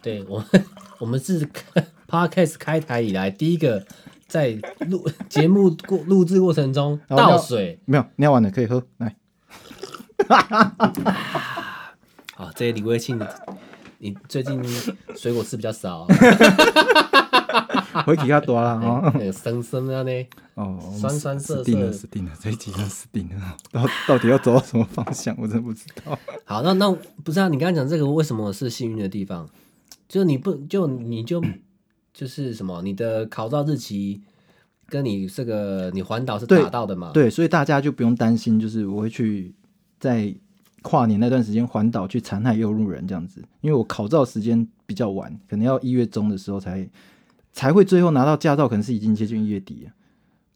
Speaker 2: 对我们， [LAUGHS] 我们是 [LAUGHS] podcast 开台以来第一个在录节目过录制过程中
Speaker 1: 然后
Speaker 2: 倒
Speaker 1: 尿
Speaker 2: 水
Speaker 1: 没有尿完了可以喝。来，
Speaker 2: 啊、这些李卫庆，你最近水果吃比较少，啊
Speaker 1: [LAUGHS] 回给他多
Speaker 2: [LAUGHS]
Speaker 1: 啦啊。
Speaker 2: 那个生生啊呢，
Speaker 1: 哦，我们
Speaker 2: 哎酸
Speaker 1: 死
Speaker 2: 酸涩
Speaker 1: 死定了，
Speaker 2: 涩
Speaker 1: 死定了，这一集真的死定了。到到 [LAUGHS] 底要走到什么方向，我真的不知道。
Speaker 2: 好，那那不是啊？你刚才讲这个为什么是幸运的地方？就你不就你就就是什么？你的考照日期跟你这个你环岛是
Speaker 1: 对
Speaker 2: 打到的嘛？
Speaker 1: 对，所以大家就不用担心，就是我会去在跨年那段时间环岛去残害右路人这样子，因为我考照时间比较晚，可能要一月中的时候才才会最后拿到驾照，可能是已经接近月底了。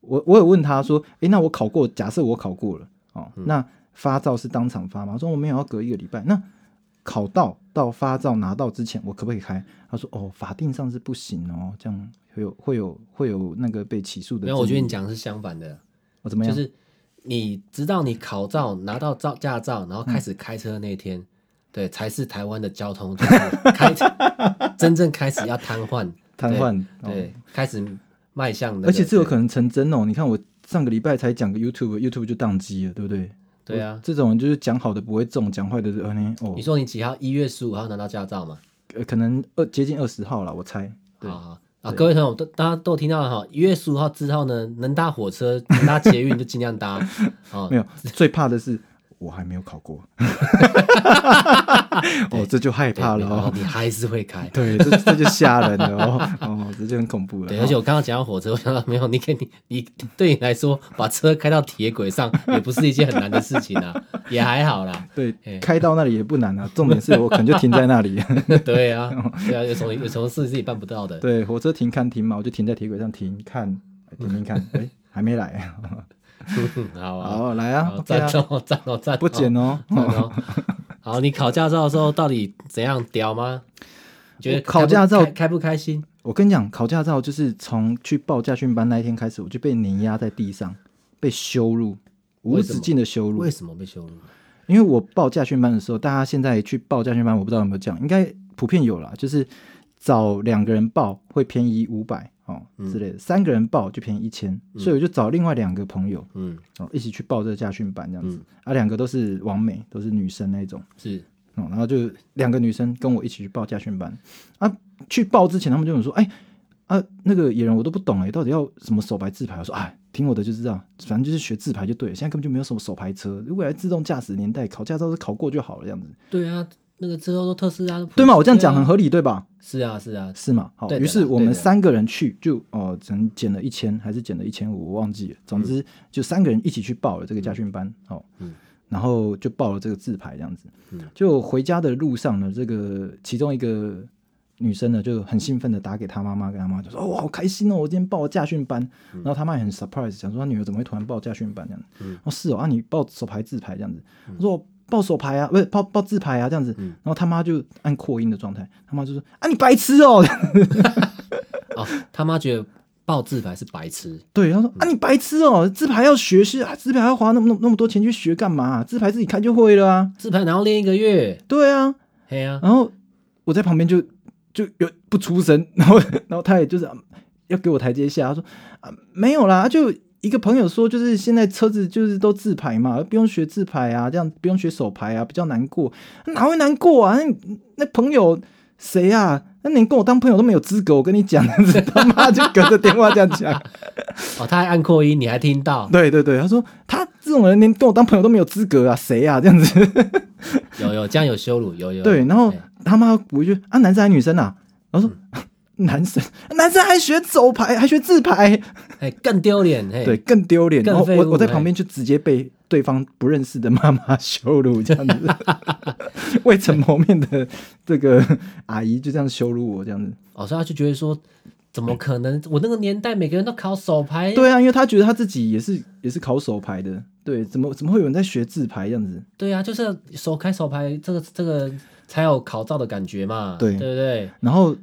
Speaker 1: 我我有问他说，诶，那我考过，假设我考过了哦，
Speaker 2: 嗯
Speaker 1: 那发照是当场发吗？我说我没有，要隔一个礼拜。那考到到发照拿到之前，我可不可以开？他说哦，法定上是不行哦，这样会有会有会有那个被起诉的争议。
Speaker 2: 没有，我觉得你讲的是相反的，
Speaker 1: 我怎么
Speaker 2: 就
Speaker 1: 样？
Speaker 2: 是你直到你考照拿到照驾照，然后开始开车那天，
Speaker 1: 嗯
Speaker 2: 对，才是台湾的交通就是 [LAUGHS] 开真正开始要瘫痪，
Speaker 1: 瘫痪哦
Speaker 2: 对，开始迈向那个
Speaker 1: 而且这有
Speaker 2: 对
Speaker 1: 可能成真哦。你看我上个礼拜才讲个 YouTube，YouTube 就宕机了，对不对？
Speaker 2: 对啊。
Speaker 1: 这种就是讲好的不会中，讲坏的呃呢哦
Speaker 2: 你，说你几号？一月十五号拿到驾照嘛？
Speaker 1: 呃可能二接近二十号了，我
Speaker 2: 哦
Speaker 1: 猜。对
Speaker 2: 好好啊，各位朋友都大家都有听到了哈，一月十五号之后呢，能搭火车、能搭捷运就尽量搭
Speaker 1: [LAUGHS]
Speaker 2: 哦
Speaker 1: 没。有，最怕的是我还没有考
Speaker 2: [LAUGHS]
Speaker 1: 过，哦，这就害
Speaker 2: 对
Speaker 1: 怕了
Speaker 2: 然后
Speaker 1: 哦。
Speaker 2: 你还是会开。
Speaker 1: 对，这这就吓人了哦，哦，这就很恐怖了。
Speaker 2: 对，而且我刚刚讲到火车， [LAUGHS] 我想到没有，你跟你你对你来说，把车开到铁轨上 [LAUGHS] 也不是一件很难的事情啊， [LAUGHS] 也还好
Speaker 1: [LAUGHS]
Speaker 2: 啦。
Speaker 1: 对
Speaker 2: 哎，
Speaker 1: 开到那里也不难啊，重点是我可能就停在那里。 [LAUGHS]
Speaker 2: 对啊，对啊，有什么有什么事自己办不到的？
Speaker 1: 哦对，火车停看停嘛，我就停在铁轨上停看，停停看，哎，还没来。
Speaker 2: [LAUGHS] 好啊，
Speaker 1: 好，来啊
Speaker 2: 好，
Speaker 1: OK
Speaker 2: 赞
Speaker 1: 啊，
Speaker 2: 哦， [LAUGHS] 赞哦，赞哦，
Speaker 1: 不剪哦。 [LAUGHS]
Speaker 2: 赞哦。 [LAUGHS] 好，你考驾照的时候到底怎样屌吗？你觉得
Speaker 1: 我考
Speaker 2: 开不
Speaker 1: 驾照
Speaker 2: 开开不开心？
Speaker 1: 我跟你讲，考驾照就是从去报驾训班那一天开始，我就被碾压在地上，被羞辱，无
Speaker 2: 为什么
Speaker 1: 止境的羞辱
Speaker 2: 为。什么被羞辱？
Speaker 1: 因为我报驾训班的时候，大家现在去报驾训班，我不知道有没有这样，应该普遍有啦，就是找两个人报会便宜五百哦
Speaker 2: 嗯
Speaker 1: 之类的，三个人报就便宜一千，所以我就找另外两个朋友
Speaker 2: 嗯，
Speaker 1: 哦一起去报这个驾训班这样子，啊，两个都是完美，都是女生那种。
Speaker 2: 是
Speaker 1: 哦，然后就两个女生跟我一起去报驾训班啊。去报之前，他们就有说：“哎、啊，那个野人我都不懂哎、到底要什么手排自排？”我说：“哎，听我的就知道，反正就是学自排就对了。现在根本就没有什么手排车，未来自动驾驶年代，考驾照是考过就好了，这样子
Speaker 2: 对啊，那个之后都特斯拉都普及
Speaker 1: 对吗？我这样
Speaker 2: 对啊
Speaker 1: 讲很合理对吧？
Speaker 2: 是啊是啊，
Speaker 1: 是吗？好，
Speaker 2: 对的
Speaker 1: 于是
Speaker 2: 啦
Speaker 1: 我
Speaker 2: 对
Speaker 1: 们
Speaker 2: 的
Speaker 1: 三个人去，就哦、呃，只能减了一千，还是减了一千五，我忘记了。总之，就三个人一起去报了这个驾训班，哦，
Speaker 2: 嗯
Speaker 1: 然后就报了这个自排这样子。
Speaker 2: 嗯
Speaker 1: 就回家的路上呢，这个其中一个女生呢就很兴奋的打给她妈妈，跟她妈就说：“哦，我好开心哦，我今天报了驾训班。然后她妈也很 surprise，想说她女儿怎么会突然报驾训班这样子？
Speaker 2: 嗯
Speaker 1: 哦，是哦，啊，你报手排自排这样子。我说我报手牌啊，不是报报自牌啊，这样子。
Speaker 2: 嗯
Speaker 1: 然后他妈就按扩音的状态，他妈就说：“啊，你白痴哦！”
Speaker 2: 哦，他妈觉得报自白是白痴，
Speaker 1: 对，他说：“啊，你白痴哦，自牌要学是啊，自牌要花那么那么那么多钱去学干嘛、自牌自己开就会了啊。
Speaker 2: 自拍然后练一个月”，
Speaker 1: 对啊，
Speaker 2: 嘿啊，
Speaker 1: 然后我在旁边就就有不出声， [LAUGHS] 然后然后他也就是、啊要给我台阶下，他说：“啊，没有啦，就一个朋友说，就是现在车子就是都自排嘛，不用学自排啊，这样不用学手排啊，比较难过，哪会难过啊？那那朋友谁啊？”那连跟我当朋友都没有资格，我跟你讲， [LAUGHS] 他妈就隔着电话这样讲。
Speaker 2: 哦，他还按扩音，你还听到，
Speaker 1: 对对对，他说他这种人连跟我当朋友都没有资格啊，谁啊这样子？
Speaker 2: 有有这样有羞辱，有有
Speaker 1: 对，然后
Speaker 2: 哎
Speaker 1: 他妈补一句啊，男生还女生啊？然
Speaker 2: 嗯
Speaker 1: 后说、男生，男生还学走牌，还学自排，
Speaker 2: 哎更丢脸，嘿，
Speaker 1: 对，，更丢脸。
Speaker 2: 更
Speaker 1: 然后
Speaker 2: 废
Speaker 1: 我
Speaker 2: 物
Speaker 1: 我在旁边就直接被对方不认识的妈妈羞辱，这样
Speaker 2: [LAUGHS]
Speaker 1: 子，未曾谋面的这个阿姨就这样羞辱我，这样子。
Speaker 2: 哦，所以他就觉得说，怎么可能？我那个年代每个人都考手牌，
Speaker 1: 对啊，因为他觉得他自己也是也是考手牌的，对，怎么怎么会有人在学自排这样子？
Speaker 2: 对啊，就是手开手牌，这个这个才有考照的感觉嘛，
Speaker 1: 对
Speaker 2: 对不对？
Speaker 1: 然后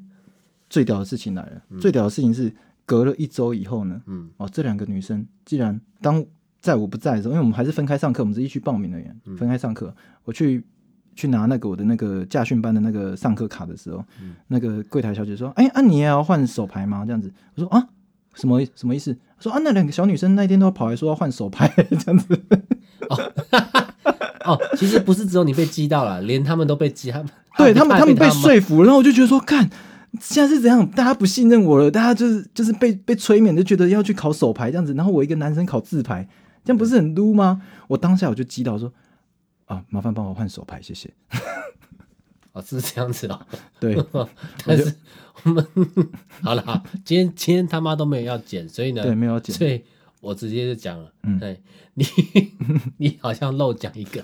Speaker 1: 最屌的事情来了，最屌的事情是隔了一周以后呢，
Speaker 2: 嗯
Speaker 1: 哦，这两个女生既然当在我不在的时候，因为我们还是分开上课，我们是一起去报名的人，分开上课，我去去拿那个我的那个驾训班的那个上课卡的时候，那个柜台小姐说：“哎，啊你也要换手牌吗？”这样子，我说啊。什么什么意思？她说啊，那两个小女生那天都跑来说要换手牌， [LAUGHS] 这样子。
Speaker 2: 哦，其实不是只有你被激到了，连他们都被激，他们啊
Speaker 1: 对他们，他们被
Speaker 2: 被骂
Speaker 1: 说服了，然后我就觉得说，看现在是怎样，大家不信任我了，大家就是就是被被催眠，就觉得要去考手牌这样子，然后我一个男生考自牌，这样不是很撸吗？我当下我就击倒说，啊，麻烦帮我换手牌，谢谢。
Speaker 2: 哦，是这样子哦。
Speaker 1: 对， [LAUGHS]
Speaker 2: [LAUGHS] 但是我们 [LAUGHS] 好了，今天今天他妈都没有要剪，所以呢，
Speaker 1: 对，没有剪
Speaker 2: 所以我直接就讲了，
Speaker 1: 嗯
Speaker 2: 对
Speaker 1: [LAUGHS]
Speaker 2: 你你好像漏讲一个，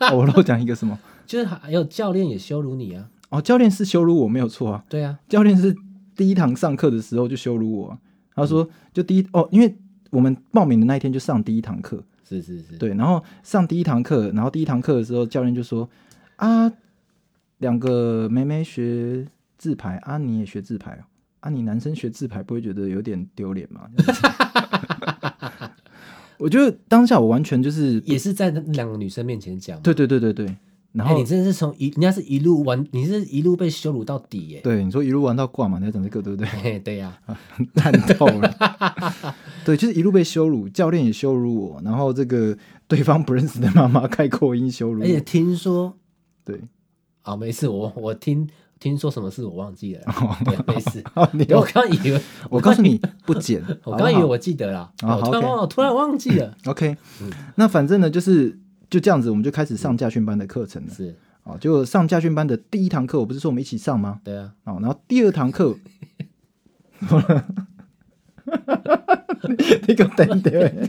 Speaker 1: 哦我漏讲一个什么？
Speaker 2: 就是还有教练也羞辱你啊，
Speaker 1: 哦，教练是羞辱我没有错啊，
Speaker 2: 对啊，
Speaker 1: 教练是第一堂上课的时候就羞辱我啊，他说就第一哦，因为我们报名的那一天就上第一堂课，
Speaker 2: 是是是，
Speaker 1: 对，然后上第一堂课，然后第一堂课的时候，教练就说：“啊，两个妹妹学自拍，啊，你也学自拍哦，啊，你男生学自拍不会觉得有点丢脸吗？” [LAUGHS] 我觉得当下我完全就是，
Speaker 2: 也是在那两个女生面前讲。
Speaker 1: 对对对对对，然
Speaker 2: 哎
Speaker 1: 后、
Speaker 2: 你真的是从一，人家是一路玩，你是一路被羞辱到底耶。
Speaker 1: 对你说一路玩到挂嘛，你要讲这个对不对？ [LAUGHS]
Speaker 2: [LAUGHS]
Speaker 1: 嗯
Speaker 2: 嘿对啊呀、
Speaker 1: 烂透了，对，就是一路被羞辱，教练也羞辱我，然后这个对方不认识的妈妈开口音羞辱
Speaker 2: 而且
Speaker 1: 我，
Speaker 2: 听说
Speaker 1: 对，
Speaker 2: 啊，没事，我我听听说什么事我忘记了啦，对，没事。
Speaker 1: [LAUGHS] 哦，你
Speaker 2: 我刚以为，
Speaker 1: [LAUGHS] 我告诉你不剪，
Speaker 2: [LAUGHS] 我
Speaker 1: 好不
Speaker 2: 刚以为
Speaker 1: 好
Speaker 2: 我记得了，
Speaker 1: 啊
Speaker 2: 我
Speaker 1: 好
Speaker 2: 突然
Speaker 1: ，OK
Speaker 2: 忘了，突然忘记
Speaker 1: [LAUGHS]
Speaker 2: 了。
Speaker 1: OK，、那
Speaker 2: 嗯
Speaker 1: 反正呢，就是就这样子，我们就开始上驾训班的课程了。
Speaker 2: 是，
Speaker 1: 哦，就上驾训班的第一堂课，我不是说我们一起上吗？
Speaker 2: 对啊，
Speaker 1: 哦，然后第二堂
Speaker 2: [LAUGHS]
Speaker 1: 课， [LAUGHS] 你给我等一
Speaker 2: [LAUGHS]
Speaker 1: 等，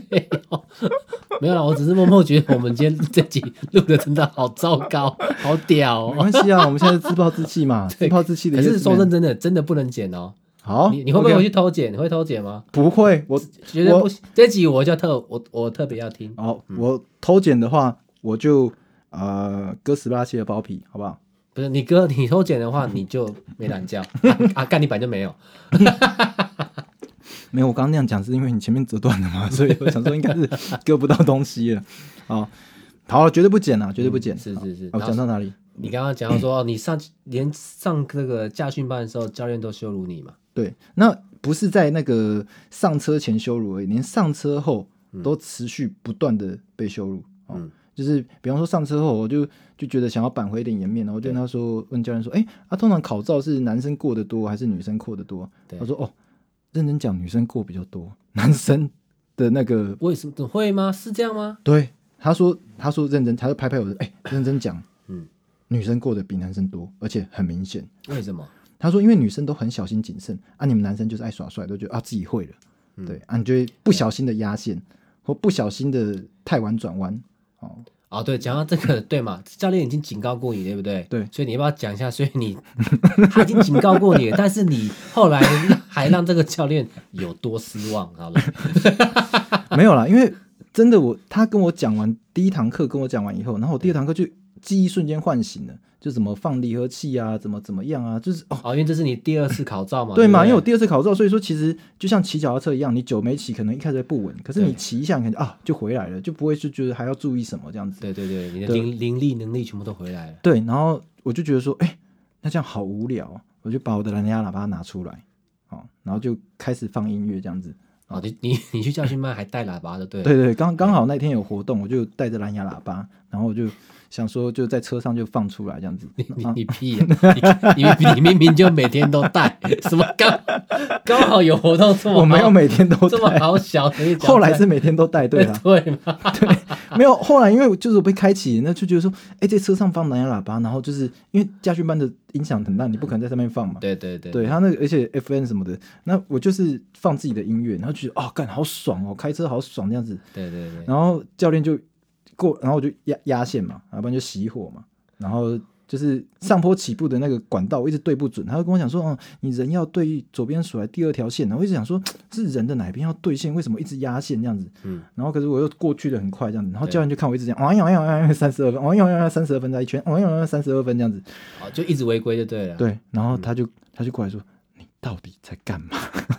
Speaker 2: 没有啦，我只是默默觉得我们今天这集录的真的好糟糕， [LAUGHS] 好屌
Speaker 1: 没
Speaker 2: 哦。
Speaker 1: 关系啊，我们现在自暴自弃嘛，自暴自弃的
Speaker 2: 可
Speaker 1: 意思。
Speaker 2: 是说认真的，真的不能剪哦。
Speaker 1: 好，
Speaker 2: 你你会不会
Speaker 1: OK
Speaker 2: 回去偷剪？你会偷剪吗？
Speaker 1: 不会，我
Speaker 2: 绝对
Speaker 1: 我
Speaker 2: 不行。这集我就特我我特别要听。
Speaker 1: 哦，我偷剪的话，我就呃割十八期的包皮，好不好？
Speaker 2: 不是你哥，你偷剪的话，你就没懒
Speaker 1: [LAUGHS]
Speaker 2: 觉啊！干你版就没有，
Speaker 1: 没有，我刚刚那样讲是因为你前面折断了嘛，
Speaker 2: [LAUGHS]
Speaker 1: 所以我想说应该是割不到东西了。哦，好，绝对不剪啊，绝对不剪。
Speaker 2: 嗯是
Speaker 1: 好
Speaker 2: 是是
Speaker 1: 好
Speaker 2: 然后
Speaker 1: 讲到哪里？
Speaker 2: 你刚刚讲到说，哦你上连上这个驾训班的时候，教练都羞辱你嘛？
Speaker 1: 对，那不是在那个上车前羞辱而已，连上车后都持续不断的被羞辱。哦
Speaker 2: 嗯
Speaker 1: 就是比方说上车后，我就就觉得想要扳回一点颜面，然后我就跟他说，问教练
Speaker 2: 嗯
Speaker 1: 说，哎、啊，通常考照是男生过得多还是女生过得多？
Speaker 2: 对
Speaker 1: 他说，哦，认真讲，女生过比较多，男生的那个
Speaker 2: 为什么会吗？是这样吗？
Speaker 1: 对，他说他说认真，他就拍拍我的，哎、认真讲，
Speaker 2: 嗯
Speaker 1: 女生过得比男生多，而且很明显。
Speaker 2: 为什么？
Speaker 1: 他说因为女生都很小心谨慎啊，你们男生就是爱耍帅，都觉得啊自己会了，对啊，你就会不小心的压线或不小心的太晚转弯。 [LAUGHS] 哦，
Speaker 2: 哦，对，讲到这个，对嘛？教练已经警告过你，对不对？
Speaker 1: 对
Speaker 2: 所以你要不要讲一下？所以你他已经警告过你了，但是你后来还让这个教练有多失望？好了，
Speaker 1: 没有啦，因为真的我他跟我讲完第一堂课跟我讲完以后，然后我第二堂课就记忆瞬间唤醒了，就怎么放离合器啊，怎么怎么样啊，就是哦
Speaker 2: 哦，因为这是你第二次考照嘛？
Speaker 1: 对
Speaker 2: 对不
Speaker 1: 嘛？因为我
Speaker 2: 对
Speaker 1: 第二次考照，所以说其实就像骑脚踏车一样，你久没骑，可能一开始会不稳，可是你
Speaker 2: 对
Speaker 1: 骑一下，你感觉啊就回来了，就不会就觉得还要注意什么这样子。
Speaker 2: 对对对，你的
Speaker 1: 对
Speaker 2: 灵灵力能力全部都回来了。
Speaker 1: 对，然后我就觉得说，哎、那这样好无聊哦，我就把我的蓝牙喇叭拿出来，哦，然后就开始放音乐这样子。
Speaker 2: 哦，你你你去教训班还带喇叭的，对了
Speaker 1: 对对，刚刚好那天有活动，我就带着蓝牙喇叭，然后我就想说就在车上就放出来这样 [LAUGHS] 子。啊
Speaker 2: 你你屁呀、你你你明明就每天都带，什么刚刚好有活动这么好
Speaker 1: 我没有每天都
Speaker 2: 这么
Speaker 1: 带，
Speaker 2: 好小，你讲
Speaker 1: 后来
Speaker 2: 出
Speaker 1: 是每天都带，对啦。啊
Speaker 2: [LAUGHS] 对吗？啊
Speaker 1: 没有，后来因为我就是我被开启，那就觉得说，哎、这车上放蓝牙喇叭，然后就是因为家训班的音响很烂，你不可能在上面放嘛。
Speaker 2: 对对对
Speaker 1: 对，他那个，而且 FN 什么的，那我就是放自己的音乐，然后觉得哦，干好爽哦，开车好爽这样子。
Speaker 2: 对对对，
Speaker 1: 然后教练就过，然后我就压压线嘛，啊要不然就熄火嘛，然后。就是上坡起步的那个管道，我一直对不准。他就跟我讲说：“哦，你人要对左边数来第二条线。”然后我一直想说，是人的哪边要对线？为什么一直压线这样子？
Speaker 2: 嗯，
Speaker 1: 然后可是我又过去的很快这样子，然后
Speaker 2: 对
Speaker 1: 教练就看我一直这样，哎呦哎呦哎呦三十二分，哎呦哎呦三十二分在一圈，哎呦哎呦三十二分这样子，
Speaker 2: 哦，就一直违规就对了。，
Speaker 1: 对，嗯然后他就他就过来说你到底在干嘛？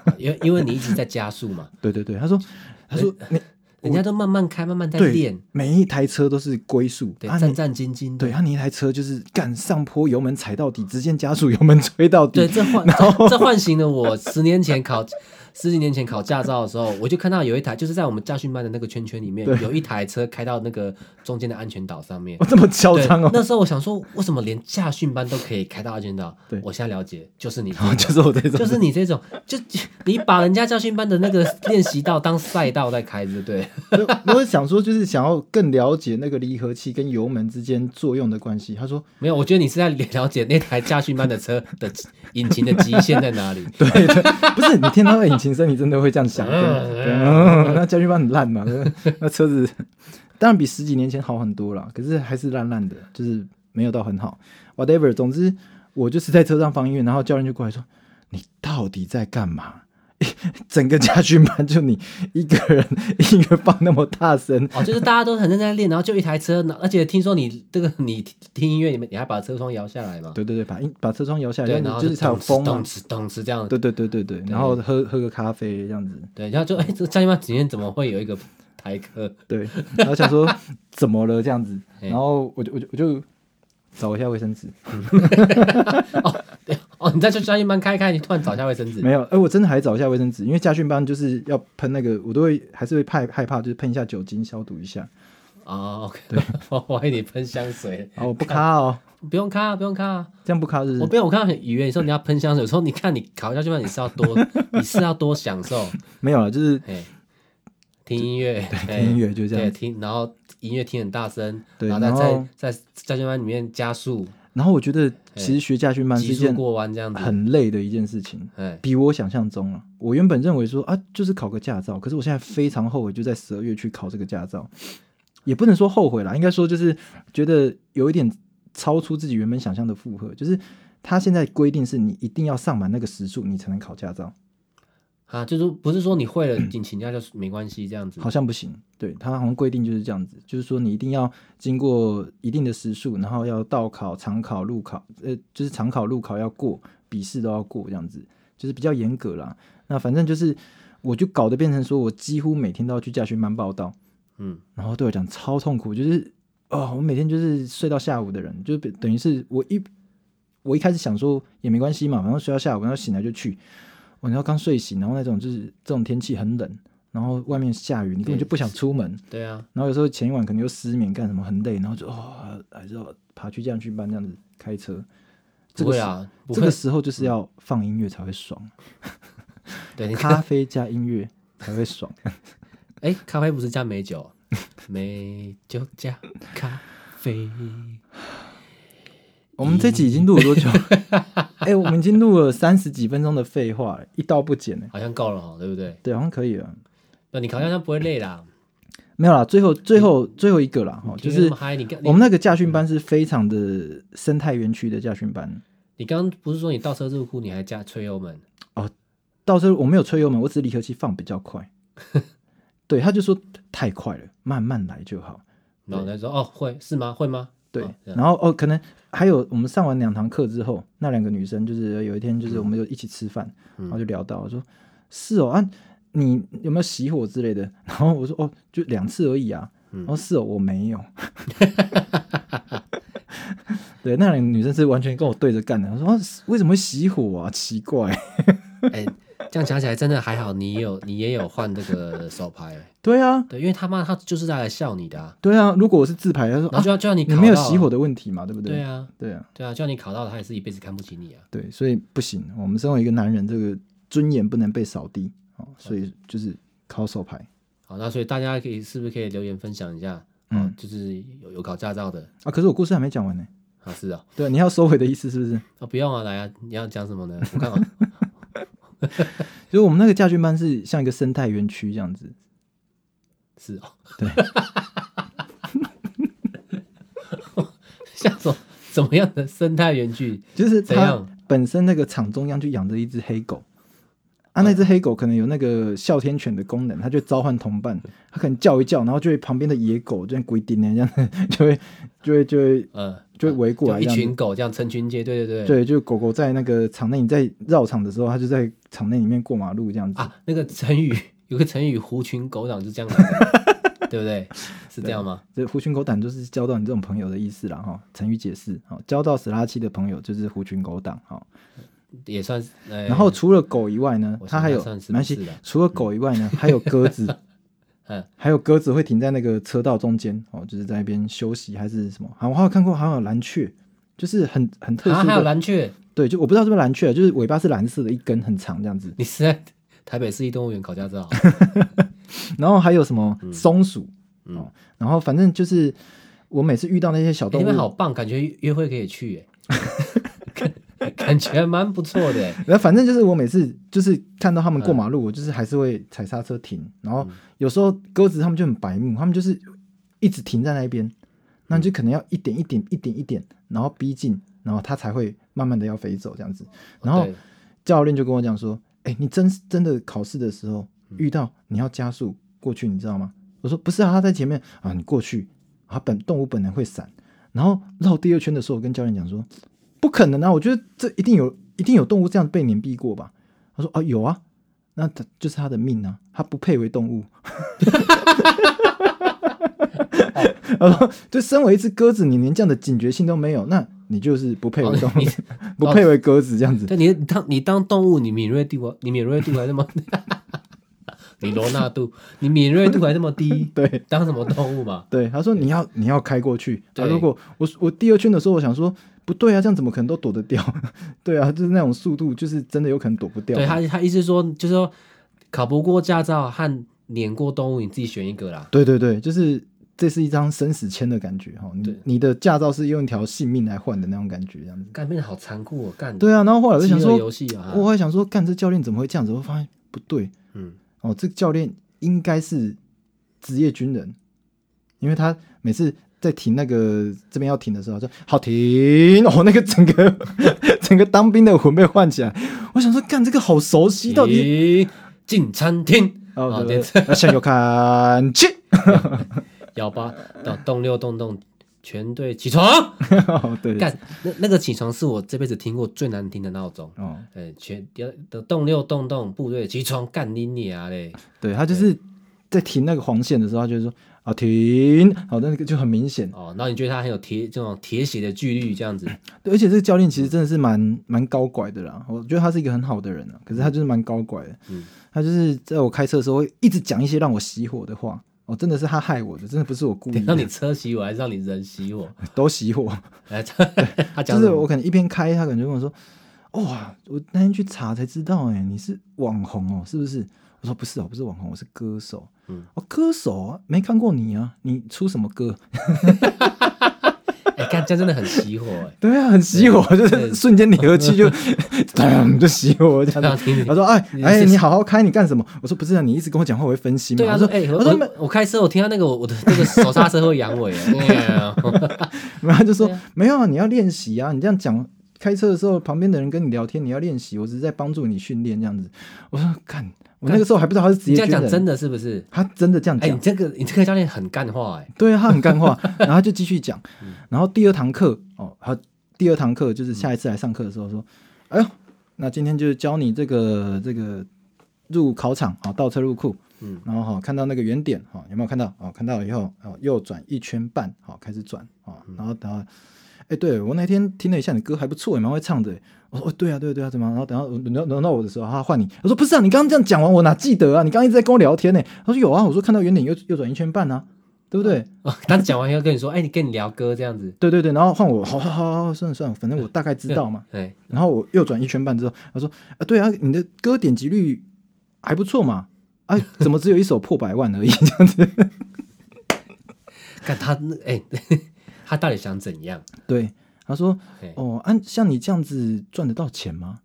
Speaker 2: 哦因为因为你一直在加速嘛，
Speaker 1: [LAUGHS] 对对对，他说他说你
Speaker 2: 人家都慢慢开，慢慢在
Speaker 1: 对
Speaker 2: 练，
Speaker 1: 每一台车都是龟速，
Speaker 2: 对，
Speaker 1: 啊
Speaker 2: 战
Speaker 1: 你
Speaker 2: 战兢兢的
Speaker 1: 对。啊你一台车就是干上坡油门踩到底，直线加速油门吹到底
Speaker 2: 对，，这唤这这唤醒了我十年前考十几年前考驾照的时候，我就看到有一台就是在我们驾训班的那个圈圈里面，有一台车开到那个中间的安全岛上面
Speaker 1: [LAUGHS] 我，这么嚣
Speaker 2: 对，
Speaker 1: 张哦，
Speaker 2: 那时候我想说，为什么连驾训班都可以开到安全岛？
Speaker 1: 对
Speaker 2: 我现在了解，就是
Speaker 1: [LAUGHS]
Speaker 2: 你这
Speaker 1: 然后
Speaker 2: 种，
Speaker 1: 就是我这种，
Speaker 2: 就是你这种，就就你把人家驾训班的那个练习道当赛道在开，对不对？
Speaker 1: 所以我是想说就是想要更了解那个离合器跟油门之间作用的关系。他说
Speaker 2: 没有，我觉得你是在了解那台驾训班的车的引擎的极限在哪
Speaker 1: [LAUGHS]
Speaker 2: 里。
Speaker 1: 对对，不是你听到引擎声，你真的会这样想。对对嗯那家具班很烂嘛， [LAUGHS] 那那车子当然比十几年前好很多了，可是还是烂烂的，就是没有到很好。Whatever，总之我就是在车上放音乐，然后教练就过来说：“你到底在干嘛？ [LAUGHS] 整个家训班就你一个人 [LAUGHS] 音乐放那么大声，
Speaker 2: 哦，就是大家都很认真在练，然后就一台车，那而且听说你这个你听听音乐，你们你还把车窗摇下来嘛？
Speaker 1: 对对对，把音把车窗摇下来，
Speaker 2: 对，
Speaker 1: 因为
Speaker 2: 然后
Speaker 1: 就是才有风嘛
Speaker 2: 咚。哧咚哧这样。
Speaker 1: 对对对对对，然后喝喝个咖啡这样子，
Speaker 2: 对，然后就哎，这家训班今天怎么会有一个台客？
Speaker 1: 对，然后想
Speaker 2: [LAUGHS]
Speaker 1: 说怎么了这样子，
Speaker 2: 嘿
Speaker 1: 然后我就我就我就找一下卫生纸，
Speaker 2: 哦，你在家训班开开，你突然找一下卫生纸。
Speaker 1: 没有，哎、我真的还找一下卫生纸，因为家训班就是要喷那个，我都会还是会怕害怕，就是喷一下酒精消毒一下。
Speaker 2: 哦，OK，我 [LAUGHS] 我给你喷香水，
Speaker 1: 啊，我不卡哦，
Speaker 2: 不用看啊，不用看啊。
Speaker 1: 这样不卡是不
Speaker 2: 我
Speaker 1: 是？
Speaker 2: 没有，我看到很愉悦。你说你要喷香水，我说你看你考下去嘛，你是要
Speaker 1: [LAUGHS]
Speaker 2: 多，你是要多享受，
Speaker 1: 没有了，就是 [LAUGHS]
Speaker 2: 哎，听音乐，哎
Speaker 1: 听音乐就这
Speaker 2: 对，
Speaker 1: 样。
Speaker 2: 听，然后音乐听很大声，
Speaker 1: 对
Speaker 2: 然后
Speaker 1: 然
Speaker 2: 再
Speaker 1: 后
Speaker 2: 在在教学班里面加速，
Speaker 1: 然后我觉得其实学家训班是
Speaker 2: 急
Speaker 1: 一
Speaker 2: 速
Speaker 1: 啊件
Speaker 2: 过弯这样子，
Speaker 1: 很累的一件事情，
Speaker 2: 哎，
Speaker 1: 比我想象中啊，我原本认为说啊，就是考个驾照，可是我现在非常后悔，就在十二月去考这个驾照，也不能说后悔啦，应该说就是觉得有一点超出自己原本想象的负荷，就是他现在规定是你一定要上满那个时速，你才能考驾照。
Speaker 2: 啊，就是不是说你会了，你请假就是没关系这样子
Speaker 1: 好，像不行，对他好像规定就是这样子，就是说你一定要经过一定的时数，然后要道考、常考、路考，呃，就是常考、路考要过，笔试都要过，这样子就是比较严格啦。那反正就是，我就搞得变成说我几乎每天都要去驾训班报道，
Speaker 2: 嗯，
Speaker 1: 然后对我讲超痛苦，就是哦，我每天就是睡到下午的人，就等于是我一我一开始想说也没关系嘛，反正睡到下午，然后醒来就去。我然后刚睡醒，然后那种就是这种天气很冷，然后外面下雨，你根本就不想出门。
Speaker 2: 对啊，
Speaker 1: 然后有时候前一晚可能又失眠，干什么很累，然后就哦，还是要爬去这样去班这样子开车。这
Speaker 2: 不
Speaker 1: 个
Speaker 2: 会
Speaker 1: 时、
Speaker 2: 啊，不
Speaker 1: 这
Speaker 2: 会
Speaker 1: 个，时候就是要放音乐才会爽，
Speaker 2: 对，你 [LAUGHS]
Speaker 1: 咖啡加音乐才会爽。
Speaker 2: 哎，咖啡不是加美酒， [LAUGHS] 美酒加咖啡，
Speaker 1: 我们这集已经录了多久？ [LAUGHS] 哎、我们已经录了三十几分钟的废话了，一刀不剪呢。
Speaker 2: 好像够了哈，对不对？
Speaker 1: 对，好像可以了。
Speaker 2: 那你考驾不会累啦，
Speaker 1: 没有啦，最后最后最后一个啦，哈，哦就
Speaker 2: 因为那
Speaker 1: 是
Speaker 2: 么嗨，你刚
Speaker 1: 我
Speaker 2: 你
Speaker 1: 们那个驾训班是非常的生态园区的驾训班。
Speaker 2: 你刚刚不是说你倒车入库，你还加吹油门？
Speaker 1: 到时候我没有吹油门，我只是离合器放比较快。 [LAUGHS] 对，他就说太快了，慢慢来就好。
Speaker 2: 然后他说：“哦，会是吗？会吗？”
Speaker 1: 对，
Speaker 2: 哦这样
Speaker 1: 然后哦，可能还有我们上完两堂课之后，那两个女生就是有一天就是我们就一起吃饭，
Speaker 2: 嗯
Speaker 1: 然后就聊到说，是哦啊，你有没有熄火之类的？然后我说哦，就两次而已啊。
Speaker 2: 嗯
Speaker 1: 然后是哦，我没有。 [LAUGHS] 对，那两个女生是完全跟我对着干的。我说、哦、为什么会熄火啊？奇怪。 [LAUGHS]
Speaker 2: 哎、这样讲起来真的还好，你也有你也有换这个手牌，
Speaker 1: 对啊，
Speaker 2: 对，因为他妈他就是在来笑你的啊。
Speaker 1: 对啊。如果我是自排，他说
Speaker 2: 然后
Speaker 1: 啊
Speaker 2: 就，要就要你
Speaker 1: 你
Speaker 2: 考
Speaker 1: 没有
Speaker 2: 到
Speaker 1: 熄火，的问题嘛，对不对？
Speaker 2: 对啊，
Speaker 1: 对啊，
Speaker 2: 对啊，就要你考到，他也是一辈子看不起你啊。
Speaker 1: 对，所以不行。我们身为一个男人，这个尊严不能被扫地哦，所以就是考手牌
Speaker 2: 好，那所以大家可以是不是可以留言分享一下？嗯，
Speaker 1: 嗯
Speaker 2: 就是有有考驾照的
Speaker 1: 啊。可是我故事还没讲完呢。
Speaker 2: 啊，是啊，
Speaker 1: 对，你要收尾的意思是不是？
Speaker 2: 啊不用啊，来啊，你要讲什么呢？我看啊，
Speaker 1: 就是我们那个驾训班是像一个生态园区这样子，
Speaker 2: 是哦，
Speaker 1: 对，
Speaker 2: [LAUGHS] 像什么怎么样的生态园区？
Speaker 1: 就是
Speaker 2: 怎
Speaker 1: 它
Speaker 2: 样
Speaker 1: 本身那个场中央就养着一只黑狗。啊，
Speaker 2: 嗯
Speaker 1: 那只黑狗可能有那个哮天犬的功能，它就召唤同伴，它可能叫一叫，然后就会旁边的野狗就像鬼丁那样， [LAUGHS] 就会就会就会
Speaker 2: 呃，
Speaker 1: 就会围过
Speaker 2: 就
Speaker 1: 来
Speaker 2: 一
Speaker 1: 这样子
Speaker 2: 群狗这样成群结队，对对
Speaker 1: 对，就狗狗在那个场内，你在绕场的时候，它就在场内里面过马路这样子。
Speaker 2: 啊，那个成语 [LAUGHS] 有个成语“狐群狗党”就这样来的，
Speaker 1: [LAUGHS]
Speaker 2: 对不对？是这样吗？
Speaker 1: 这狐群狗党就是交到你这种朋友的意思啦，哈。成语解释，哈，交到死拉七的朋友就是狐群狗党，哈。
Speaker 2: 也算是。呃
Speaker 1: 然后除了狗以外呢
Speaker 2: 我，想
Speaker 1: 它还有
Speaker 2: 它算是
Speaker 1: 没关系
Speaker 2: 不是啦，
Speaker 1: 除了狗以外呢，还有鸽子
Speaker 2: 嗯，
Speaker 1: [LAUGHS] 还有鸽子会停在那个车道中间，哦，就是在那边休息还是什么？好，我还有看过，还有蓝雀，就是很很特
Speaker 2: 啊，
Speaker 1: 殊
Speaker 2: 还有
Speaker 1: 的，
Speaker 2: 蓝雀，
Speaker 1: 对，就我不知道是不是蓝雀，啊就是尾巴是蓝色的，一根很长这样子。
Speaker 2: 你是在台北市立动物园考驾照？
Speaker 1: 然后还有什么松鼠，
Speaker 2: 嗯
Speaker 1: 哦，然后反正就是我每次遇到那些小 [LAUGHS]
Speaker 2: 欸
Speaker 1: 动
Speaker 2: 你
Speaker 1: 物，
Speaker 2: 们好棒，感觉约会可以去耶， [LAUGHS] 感感觉还蛮不错的耶。
Speaker 1: 然后反正就是我每次就是看到他
Speaker 2: 嗯
Speaker 1: 们过马路，我就是还是会踩刹车停。然后有时候鸽子他们就很白目，他们就是一直停在那边，那你就可能要一点 [LAUGHS] 一点一点一点，然后逼近，然后它才会慢慢的要飞走这样子。然后
Speaker 2: 对
Speaker 1: 教练就跟我讲说：“哎、你真真的考试的时候遇到你要加速过去，你知道吗？”我说：“不是啊，他在前面啊，你过去，啊本动物本能会闪。”然后绕第二圈的时候，我跟教练讲说：“不可能啊，我觉得这一定有一定有动物这样被碾毙过吧？”他说：“啊，有啊，那他就是他的命啊，他不配为动物。”他说：“就身为一只鸽子，你连这样的警觉性都没有，那你就是不配为动
Speaker 2: 哦
Speaker 1: 物
Speaker 2: 你，
Speaker 1: 不配为鸽子这样子。”
Speaker 2: 但你你当你当动物，你敏锐度啊，你敏锐度还那么， [LAUGHS] 你罗纳度，你敏锐度还那么低，
Speaker 1: 对，
Speaker 2: 当什么动物嘛？
Speaker 1: 对，他说你要你要开过去。啊，
Speaker 2: 对
Speaker 1: 如果我我第二圈的时候，我想说不对啊，这样怎么可能都躲得掉？ [LAUGHS] 对啊，就是那种速度，就是真的有可能躲不掉。
Speaker 2: 对他，他意思说就是说考不过驾照和碾过动物，你自己选一个啦。
Speaker 1: 对对对就是这是一张生死签的感觉哈。你
Speaker 2: 对
Speaker 1: 你的驾照是用一条性命来换的那种感觉，这样子。
Speaker 2: 干变得好残酷哦，干
Speaker 1: 对啊，然后后来我就
Speaker 2: 饥
Speaker 1: 想
Speaker 2: 饿
Speaker 1: 说，
Speaker 2: 游戏啊，
Speaker 1: 我还想说，干这教练怎么会这样子？我发现不对
Speaker 2: 嗯，
Speaker 1: 哦，这个教练应该是职业军人，因为他每次。在停那个这边要停的时候，他说好停，哦，那个整个 [LAUGHS] 整个当兵的魂被唤起来，我想说，干这个好熟悉，到底
Speaker 2: 咦进餐厅
Speaker 1: 哦，
Speaker 2: 哦
Speaker 1: 对
Speaker 2: 对
Speaker 1: 对，对向右看去， [LAUGHS]
Speaker 2: 幺八到动六动动，全队起床。
Speaker 1: 哦 [LAUGHS] 对，
Speaker 2: 干那那个起床是我这辈子听过最难听的
Speaker 1: [LAUGHS]
Speaker 2: 闹钟。
Speaker 1: 哦，
Speaker 2: 呃，全的的动六动动部队起床干你你啊嘞！
Speaker 1: 对他就是在停那个黄线的时候，他就说啊停，好，那个就很明显，
Speaker 2: 哦，然后你觉得他很有铁这种铁血的纪律
Speaker 1: [LAUGHS]
Speaker 2: 这样子，
Speaker 1: 对，而且这个教练其实真的是蛮蛮高拐的啦，我觉得他是一个很好的人啊，可是他就是蛮高拐的，
Speaker 2: 嗯
Speaker 1: 他就是在我开车的时候会一直讲一些让我熄火的话，哦，真的是他害我的，真的不是我故意
Speaker 2: 让你
Speaker 1: 的，
Speaker 2: 车洗我，还是让你人洗我？
Speaker 1: 都熄火，
Speaker 2: 哎，这
Speaker 1: [LAUGHS]
Speaker 2: 他
Speaker 1: 就
Speaker 2: 讲什
Speaker 1: 是
Speaker 2: 么
Speaker 1: 我可能一边开，他可能就跟我说，哇，我那天去查才知道、欸，哎，你是网红哦，是不是？我说不是哦，不是网红，我是歌手。
Speaker 2: 嗯
Speaker 1: 哦，歌手啊没看过你啊，你出什么歌？。
Speaker 2: 哎，干这样真的很熄火哎
Speaker 1: 对啊，很熄火，就是
Speaker 2: 对
Speaker 1: 瞬间离合器 [LAUGHS] 就噔 [LAUGHS] 就熄火这样子。
Speaker 2: 让你
Speaker 1: [LAUGHS] 他说：“哎
Speaker 2: 你
Speaker 1: 哎，
Speaker 2: 是
Speaker 1: 你好好开，你干什么？”我说：“不是啊，你一直跟我讲话，我会分心嘛。”
Speaker 2: 对啊，
Speaker 1: 他
Speaker 2: 说
Speaker 1: 说：“
Speaker 2: 哎，我
Speaker 1: 他说没
Speaker 2: 我我开车，我听到那个我我的那个手刹车会阳痿
Speaker 1: [LAUGHS]
Speaker 2: 哎，
Speaker 1: 没有，他就说
Speaker 2: 对啊
Speaker 1: 没有啊，你要练习啊，你这样讲。”开车的时候，旁边的人跟你聊天，你要练习，我只是在帮助你训练这样子。我说干，我那个时候还不知道他是职
Speaker 2: 你
Speaker 1: 业
Speaker 2: 这样
Speaker 1: 军人，
Speaker 2: 讲真的是不是？
Speaker 1: 他真的这样
Speaker 2: 哎，
Speaker 1: 讲
Speaker 2: 你，这个你这个教练很干话哎，
Speaker 1: 对啊，他很干话，然后他就继续讲。然后第二堂课哦，他第二堂课就是下一次来上课的时候说，哎呦，那今天就是教你这个这个入考场啊、哦倒车入库，
Speaker 2: 嗯，
Speaker 1: 然后哈、哦看到那个原点哈、哦有没有看到？哦，看到了以后哦，右转一圈半，好、开始转哦，然后等到。哎，对我那天听了一下你歌还不错，也蛮会唱的。我说哦，对啊，对啊，对啊，怎么样？然后等到轮到轮到我的时候，他换你。我说不是啊，你刚刚这样讲完，我哪记得啊？你刚刚一直在跟我聊天呢。他说有啊，我说看到原点右右转一圈半啊，对不对？
Speaker 2: 哦他讲完要跟你说，哎，你跟你聊歌这样子，
Speaker 1: 对对对，然后换我，好 [LAUGHS] 好好好，算了算了，反正我大概知道嘛。
Speaker 2: 哎，
Speaker 1: 然后我右转一圈半之后，他说：“啊，对啊，你的歌点击率还不错嘛，啊，怎么只有一首破百万而已？ [LAUGHS] 这样子。
Speaker 2: 看他哎， [LAUGHS] 他到底想怎样？”哎
Speaker 1: 对，他说
Speaker 2: 嘿：“
Speaker 1: 哦，按、像你这样子赚得到钱吗？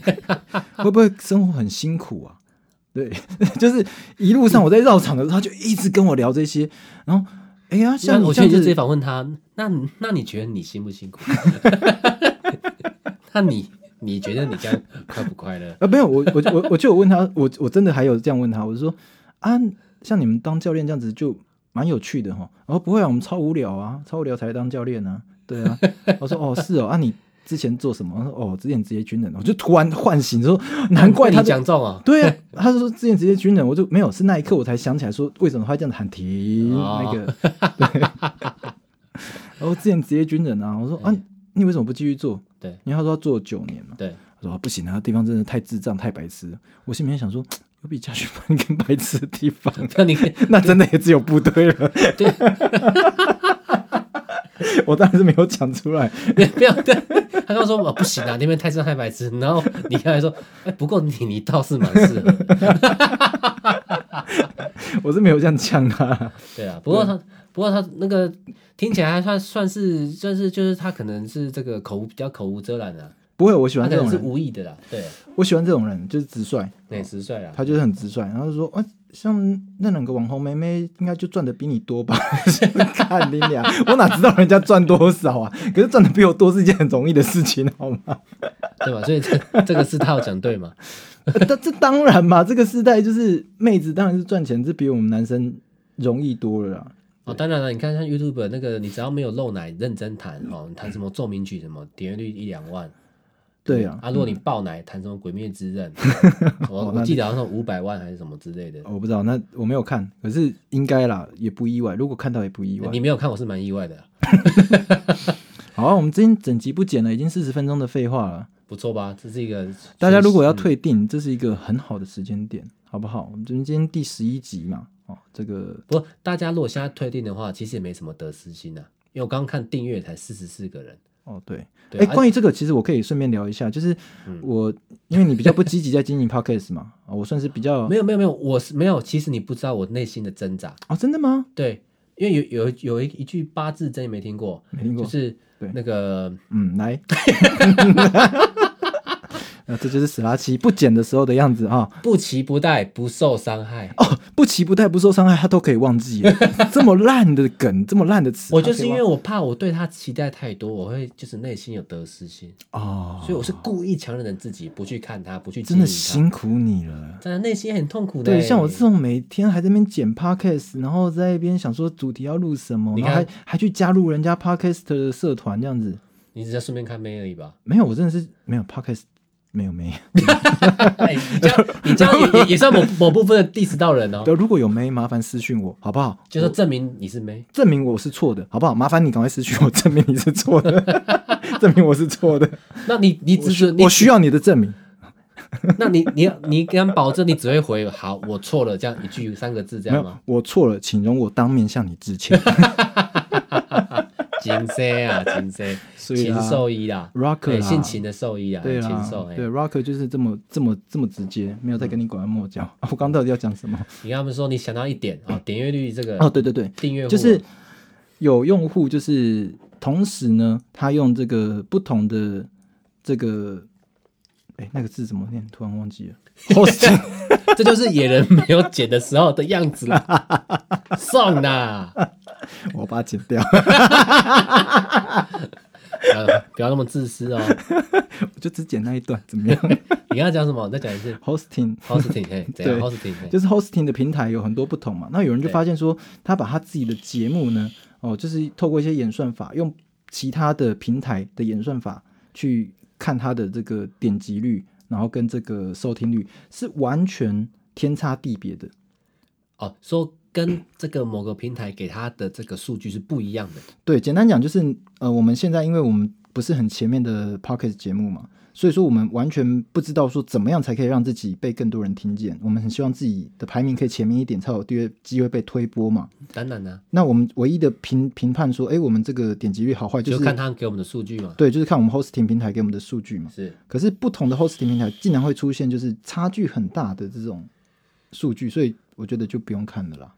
Speaker 1: [LAUGHS] 会不会生活很辛苦啊？”对， [LAUGHS] 就是一路上我在绕场的时候，他就一直跟我聊这些，然后。哎呀，像
Speaker 2: 那
Speaker 1: 你
Speaker 2: 我
Speaker 1: 这样
Speaker 2: 觉得你就
Speaker 1: 子
Speaker 2: 直接反问他，那你那你觉得你辛不辛苦？ [LAUGHS] 那你你觉得你这样快不快乐？
Speaker 1: 啊，没有，我我我我就有问他，我我真的还有这样问他，我就说啊，像你们当教练这样子就蛮有趣的哈。然后不会啊，我们超无聊啊，超无聊才当教练啊，对啊。我说哦，是哦，啊你之前做什么？他说哦，之前职业军人，我就突然唤醒说，难怪
Speaker 2: 嗯你
Speaker 1: 他就
Speaker 2: 讲中啊，
Speaker 1: 对啊，他就说之前职业军人，我就没有，是那一刻我才想起来说，为什么他会这样子喊停、
Speaker 2: 哦
Speaker 1: 那个。对， [LAUGHS] 然后之前职业军人啊，我说啊，你为什么不继续做？
Speaker 2: 对
Speaker 1: 因为他说他做了九年嘛。
Speaker 2: 对，
Speaker 1: 他说、啊不行啊，地方真的太智障、太白痴了。我心里面想说，有比家训班更白痴的地方， [LAUGHS]
Speaker 2: [LAUGHS] 那你可以
Speaker 1: 那真的也只有部队了。 [LAUGHS]
Speaker 2: 对，
Speaker 1: 我当然是没有讲出来。
Speaker 2: [LAUGHS] 不要不要对，他刚说哦不行啊，那边太深太白痴，然后你刚才说，哎，不过你你倒是蛮
Speaker 1: [LAUGHS]
Speaker 2: 适合的，
Speaker 1: 我是没有这样呛他、
Speaker 2: 对啊，不过他。不过他那个听起来还算算是算是就是他可能是这个口无比较口无遮拦的、啊，
Speaker 1: 不会，我喜
Speaker 2: 他
Speaker 1: 欢
Speaker 2: 可
Speaker 1: 这
Speaker 2: 能
Speaker 1: 种
Speaker 2: 是
Speaker 1: 人，哦
Speaker 2: 无意的啦，对，
Speaker 1: 我喜欢这种人，就是直率，
Speaker 2: 那十岁啦，
Speaker 1: 他就是很直率。然后就说，啊，像那两个网红妹妹，应该就赚的比你多吧？ [LAUGHS] 看你俩，我哪知道人家赚多少啊？可是赚的比我多是一件很容易的事情，好吗？
Speaker 2: 对吧？所以这这个是他有讲
Speaker 1: [LAUGHS]
Speaker 2: 对嘛？
Speaker 1: 但这当然嘛，这个时代就是妹子当然是赚钱，这比我们男生容易多了啦。
Speaker 2: 哦，当然了，你看像 YouTube 那个，你只要没有露奶，认真弹哦，你弹什么奏鸣曲什么，点阅率一两万。
Speaker 1: 对啊，
Speaker 2: 啊，如果你爆奶，弹什么《鬼灭
Speaker 1: [LAUGHS]
Speaker 2: 之刃》我，我记得好像五百万还是什么之类的。
Speaker 1: 哦我不知道，那我没有看，可是应该啦，也不意外。如果看到也不意外。
Speaker 2: 你没有看，我是蛮意外的，
Speaker 1: 好啊，我们今天整集不剪了，已经四十分钟的废话了。
Speaker 2: 不错吧？这是一个
Speaker 1: 大家如果要退订，这是一个很好的时间点，好不好？我们今天第十一集嘛，哦，这个
Speaker 2: 不，大家如果现在退订的话，其实也没什么得失心啊，因为我刚刚看订阅才四十四个人。
Speaker 1: 哦，对，
Speaker 2: 对
Speaker 1: 哎、
Speaker 2: 啊
Speaker 1: 关于这个，其实我可以顺便聊一下，就是我、因为你比较不积极在经营 podcast 嘛，啊我算是比较
Speaker 2: 没有没有没有，我是没有。其实你不知道我内心的挣扎。
Speaker 1: 哦，真的吗？
Speaker 2: 对，因为有有有一一句八字真你没听过，
Speaker 1: 没听过，
Speaker 2: 就是
Speaker 1: 对
Speaker 2: 那个
Speaker 1: 嗯，来， [LAUGHS] 呃，这就是死拉七不剪的时候的样子啊、
Speaker 2: 不期不待，不受
Speaker 1: [LAUGHS]
Speaker 2: 伤害。
Speaker 1: 哦，不期不待，不受伤害，他都可以忘记了， [LAUGHS] 这么烂的梗，这么烂的词，
Speaker 2: 我
Speaker 1: 他
Speaker 2: 就
Speaker 1: 可以
Speaker 2: 是因
Speaker 1: 忘
Speaker 2: 为我怕我对他期待太多，我会就是内心有得失心，
Speaker 1: 哦，
Speaker 2: 所以我是故意强忍自己不去看他，不去
Speaker 1: 真的
Speaker 2: 经营
Speaker 1: 辛苦你了
Speaker 2: 他。。真的内心很痛苦的欸。
Speaker 1: 对，像我这种每天还在那边剪 podcast，然后在那边想说主题要录什么，
Speaker 2: 你
Speaker 1: 然后还
Speaker 2: 看
Speaker 1: 还去加入人家 podcast 的社团这样子，
Speaker 2: 你只是顺便看妹而已吧？
Speaker 1: 没有，我真的是没有 podcast，没有没有。
Speaker 2: 哎，你
Speaker 1: [LAUGHS]
Speaker 2: 这样你这样也也也算某某部分的 diss 到人哦，
Speaker 1: 对，如果有 [LAUGHS] 没，麻烦私讯我，好不好？
Speaker 2: 就是证明你是妹。
Speaker 1: 证明我是错的，好不好？麻烦你赶快私讯我，证明你是错
Speaker 2: [LAUGHS]
Speaker 1: 的，证明我是错的，
Speaker 2: 那你你只准你
Speaker 1: 我需要你的证明。
Speaker 2: 那你你你敢保证你只会回好我错了这样一句三个字这
Speaker 1: 没
Speaker 2: 样
Speaker 1: 有
Speaker 2: 吗？，哎
Speaker 1: 我错了，请容我当面向你致歉。
Speaker 2: 金
Speaker 1: [LAUGHS]
Speaker 2: C 啊，金 C，
Speaker 1: 所以
Speaker 2: 禽
Speaker 1: 啦
Speaker 2: 兽医啦
Speaker 1: Rocker
Speaker 2: 哎
Speaker 1: 啦
Speaker 2: 姓秦的兽医啊，
Speaker 1: 对
Speaker 2: 哎
Speaker 1: 啊
Speaker 2: 禽兽，哎，
Speaker 1: 对，Rocker 就是这么这么这么直接，没有在跟你拐弯抹
Speaker 2: [LAUGHS]
Speaker 1: 角。我刚刚到底要讲什么？
Speaker 2: 你跟他们说你想到一点啊，点阅率这个
Speaker 1: 哦，对对对，
Speaker 2: 订阅户啊
Speaker 1: 就是有用户就是同时呢，他用这个不同的这个，哎，那个字怎么念？突然忘记了。host [LAUGHS]
Speaker 2: 这就是野人没有剪的时候的
Speaker 1: [LAUGHS]
Speaker 2: 样子啦，送啊啦，
Speaker 1: 我把它剪掉， [LAUGHS]
Speaker 2: 呃，不要那么自私哦。
Speaker 1: 我就只剪那一段，怎么样
Speaker 2: 你刚才讲什么？再讲一次
Speaker 1: ？hosting
Speaker 2: ，hosting，嘿，怎
Speaker 1: 对
Speaker 2: 样？hosting，嘿
Speaker 1: 就是 hosting 的平台有很多不同嘛，那有人就
Speaker 2: 对
Speaker 1: 发现说，他把他自己的节目呢，哦，就是透过一些演算法，用其他的平台的演算法去看他的这个点击率，然后跟这个收听率是完全天差地别的。
Speaker 2: 哦，说跟这个某个平台给他的这个数据是不一样的。
Speaker 1: 对，简单讲就是，呃，我们现在因为我们不是很前面的 p o c k e t 节目嘛，所以说我们完全不知道说怎么样才可以让自己被更多人听见。我们很希望自己的排名可以前面一点，才有机会机会被推播嘛。
Speaker 2: 当然啊啦、
Speaker 1: 那我们唯一的评评判说，哎，我们这个点击率好坏，
Speaker 2: 就是看他给我们的数据嘛。
Speaker 1: 对，就是看我们 hosting 平台给我们的数据嘛。
Speaker 2: 是，
Speaker 1: 可是不同的 hosting 平台竟然会出现就是差距很大的这种数据，所以我觉得就不用看了啦，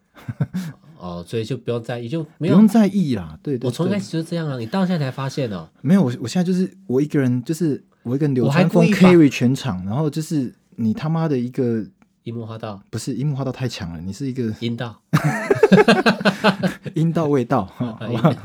Speaker 2: 哦，所以就不用在意，就
Speaker 1: 不
Speaker 2: 没有
Speaker 1: 用。在意啦。对对
Speaker 2: 我从一
Speaker 1: 对
Speaker 2: 开始就是这样啊，你到现在才发现哦。
Speaker 1: 没有我，我现在就是我一个人，就是我一个人流
Speaker 2: 我还
Speaker 1: 川枫
Speaker 2: 故意把
Speaker 1: carry 全场，然后就是你他妈的一个
Speaker 2: 樱木花道、
Speaker 1: 不是樱木花道太强了，你是一个 [LAUGHS]
Speaker 2: 阴道，啊
Speaker 1: 阴道味
Speaker 2: [LAUGHS]
Speaker 1: 道，哦好
Speaker 2: 阴
Speaker 1: 吧？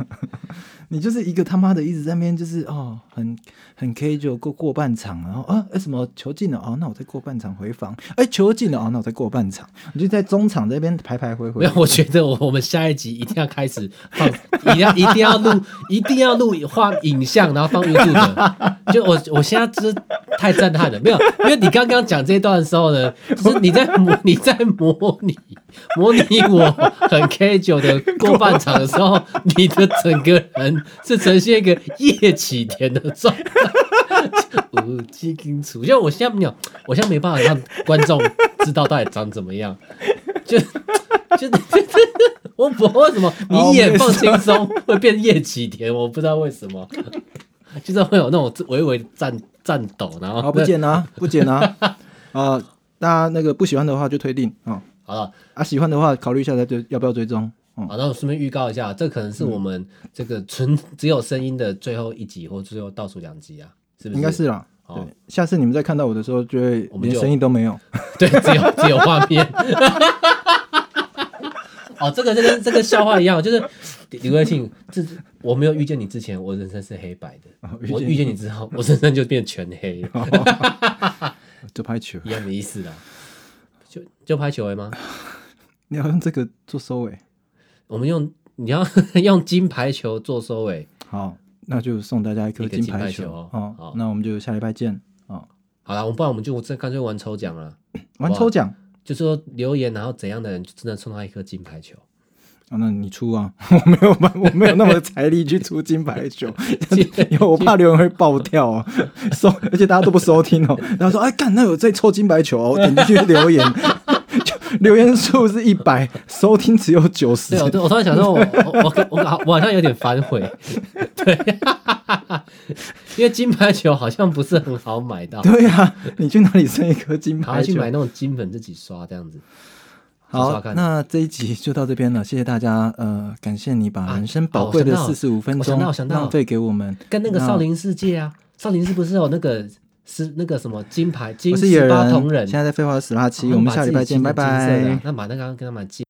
Speaker 1: 你就是一个他妈的一直在那边就是哦，很很 K 就过过半场，然后啊哎什么球进了哦，那我再过半场回防，哎球进了哦，那我再过半场，你就在中场这边徘徊回
Speaker 2: 没
Speaker 1: 回
Speaker 2: 有，。我觉得我我们下一集一定要开始放， [LAUGHS] 一定要一定要录，一定要录画影像，然后放 YouTube 的。就我我现在就是太震撼了，没有，因为你刚刚讲这段的时候呢，就是你在模你在模拟模拟我很 K 九的过半场的时候，你的整个人是呈现一个夜起田的状态。无机金属，因为我现在没有，我现在没办法让观众知道到底长怎么样，就就 [LAUGHS] 我不知道为什么
Speaker 1: 哦
Speaker 2: 你眼放轻松会变夜启田，我不知道为什么，就是会有那种微微颤颤抖，然后
Speaker 1: 好，不剪啊，不剪 [LAUGHS] 啊，啊、大家那个不喜欢的话就退订哦，
Speaker 2: 好了，
Speaker 1: 啊喜欢的话考虑一下再追要不要追踪哦。
Speaker 2: 好，那我顺便预告一下，这可能是我们这个纯只有声音的最后一集或最后倒数两集啊，是不是？
Speaker 1: 应该是啦。
Speaker 2: 哦
Speaker 1: 对，下次你们再看到我的时候，就会
Speaker 2: 我们
Speaker 1: 连
Speaker 2: [LAUGHS] 就
Speaker 1: 声音都没有。
Speaker 2: 对，只有只有画面。哦，这个这跟这跟笑话一样，就是李李慧庆，这我没有遇见你之前，我人生是黑白的
Speaker 1: 哦遇；见哦
Speaker 2: 我遇见你之后，我人生就变全黑了，
Speaker 1: 就拍球
Speaker 2: 一。样的意思啦。就就拍球而已吗？
Speaker 1: 你要用这个做收尾，
Speaker 2: 我们用你要 [LAUGHS] 用金牌球做收尾。
Speaker 1: 好，那就送大家一颗
Speaker 2: 一个
Speaker 1: 金
Speaker 2: 金牌
Speaker 1: 牌
Speaker 2: 球
Speaker 1: 球
Speaker 2: 哦好
Speaker 1: 哦。那我们就下礼拜见哦。
Speaker 2: 好啦，我不然我们就这干脆玩抽奖了，
Speaker 1: 玩
Speaker 2: 哇
Speaker 1: 抽奖
Speaker 2: 就说留言，然后怎样的人就真的送他一颗金牌球。
Speaker 1: 啊，那你出啊， [LAUGHS] 我没有办，我没有那么财力去出金牌球，因为我怕留言会爆掉哦，收，而且大家都不收听哦。然后说，哎，干，那有在抽金牌球哦，我点进去留言，就留言数是一百，收听只有九十
Speaker 2: 对，，啊我我突然想到我，我我我好我好像有点反悔，对，因为金牌球好像不是很好买到，
Speaker 1: 对啊，你去哪里生一颗金
Speaker 2: 好要
Speaker 1: 牌
Speaker 2: 去
Speaker 1: 球？
Speaker 2: 买那种金粉自己刷这样子。刷刷
Speaker 1: 好，
Speaker 2: 看
Speaker 1: 那这一集就到这边了，谢谢大家。呃，感谢你把人生宝贵的
Speaker 2: 啊我
Speaker 1: 四十五分
Speaker 2: 我想
Speaker 1: 钟
Speaker 2: 到我想到
Speaker 1: 浪费给我们。
Speaker 2: 跟那个
Speaker 1: 那
Speaker 2: 少林世界啊，少林寺不是有那个是那个什么金牌金
Speaker 1: 我是野
Speaker 2: 十八铜
Speaker 1: 人，
Speaker 2: 人
Speaker 1: 现，在在废话史拉七，
Speaker 2: 他
Speaker 1: 我们
Speaker 2: 把
Speaker 1: 下礼
Speaker 2: 自己
Speaker 1: 拜见，
Speaker 2: 金
Speaker 1: 拜
Speaker 2: 的金色的啊
Speaker 1: 拜。
Speaker 2: 那把那个跟他买金。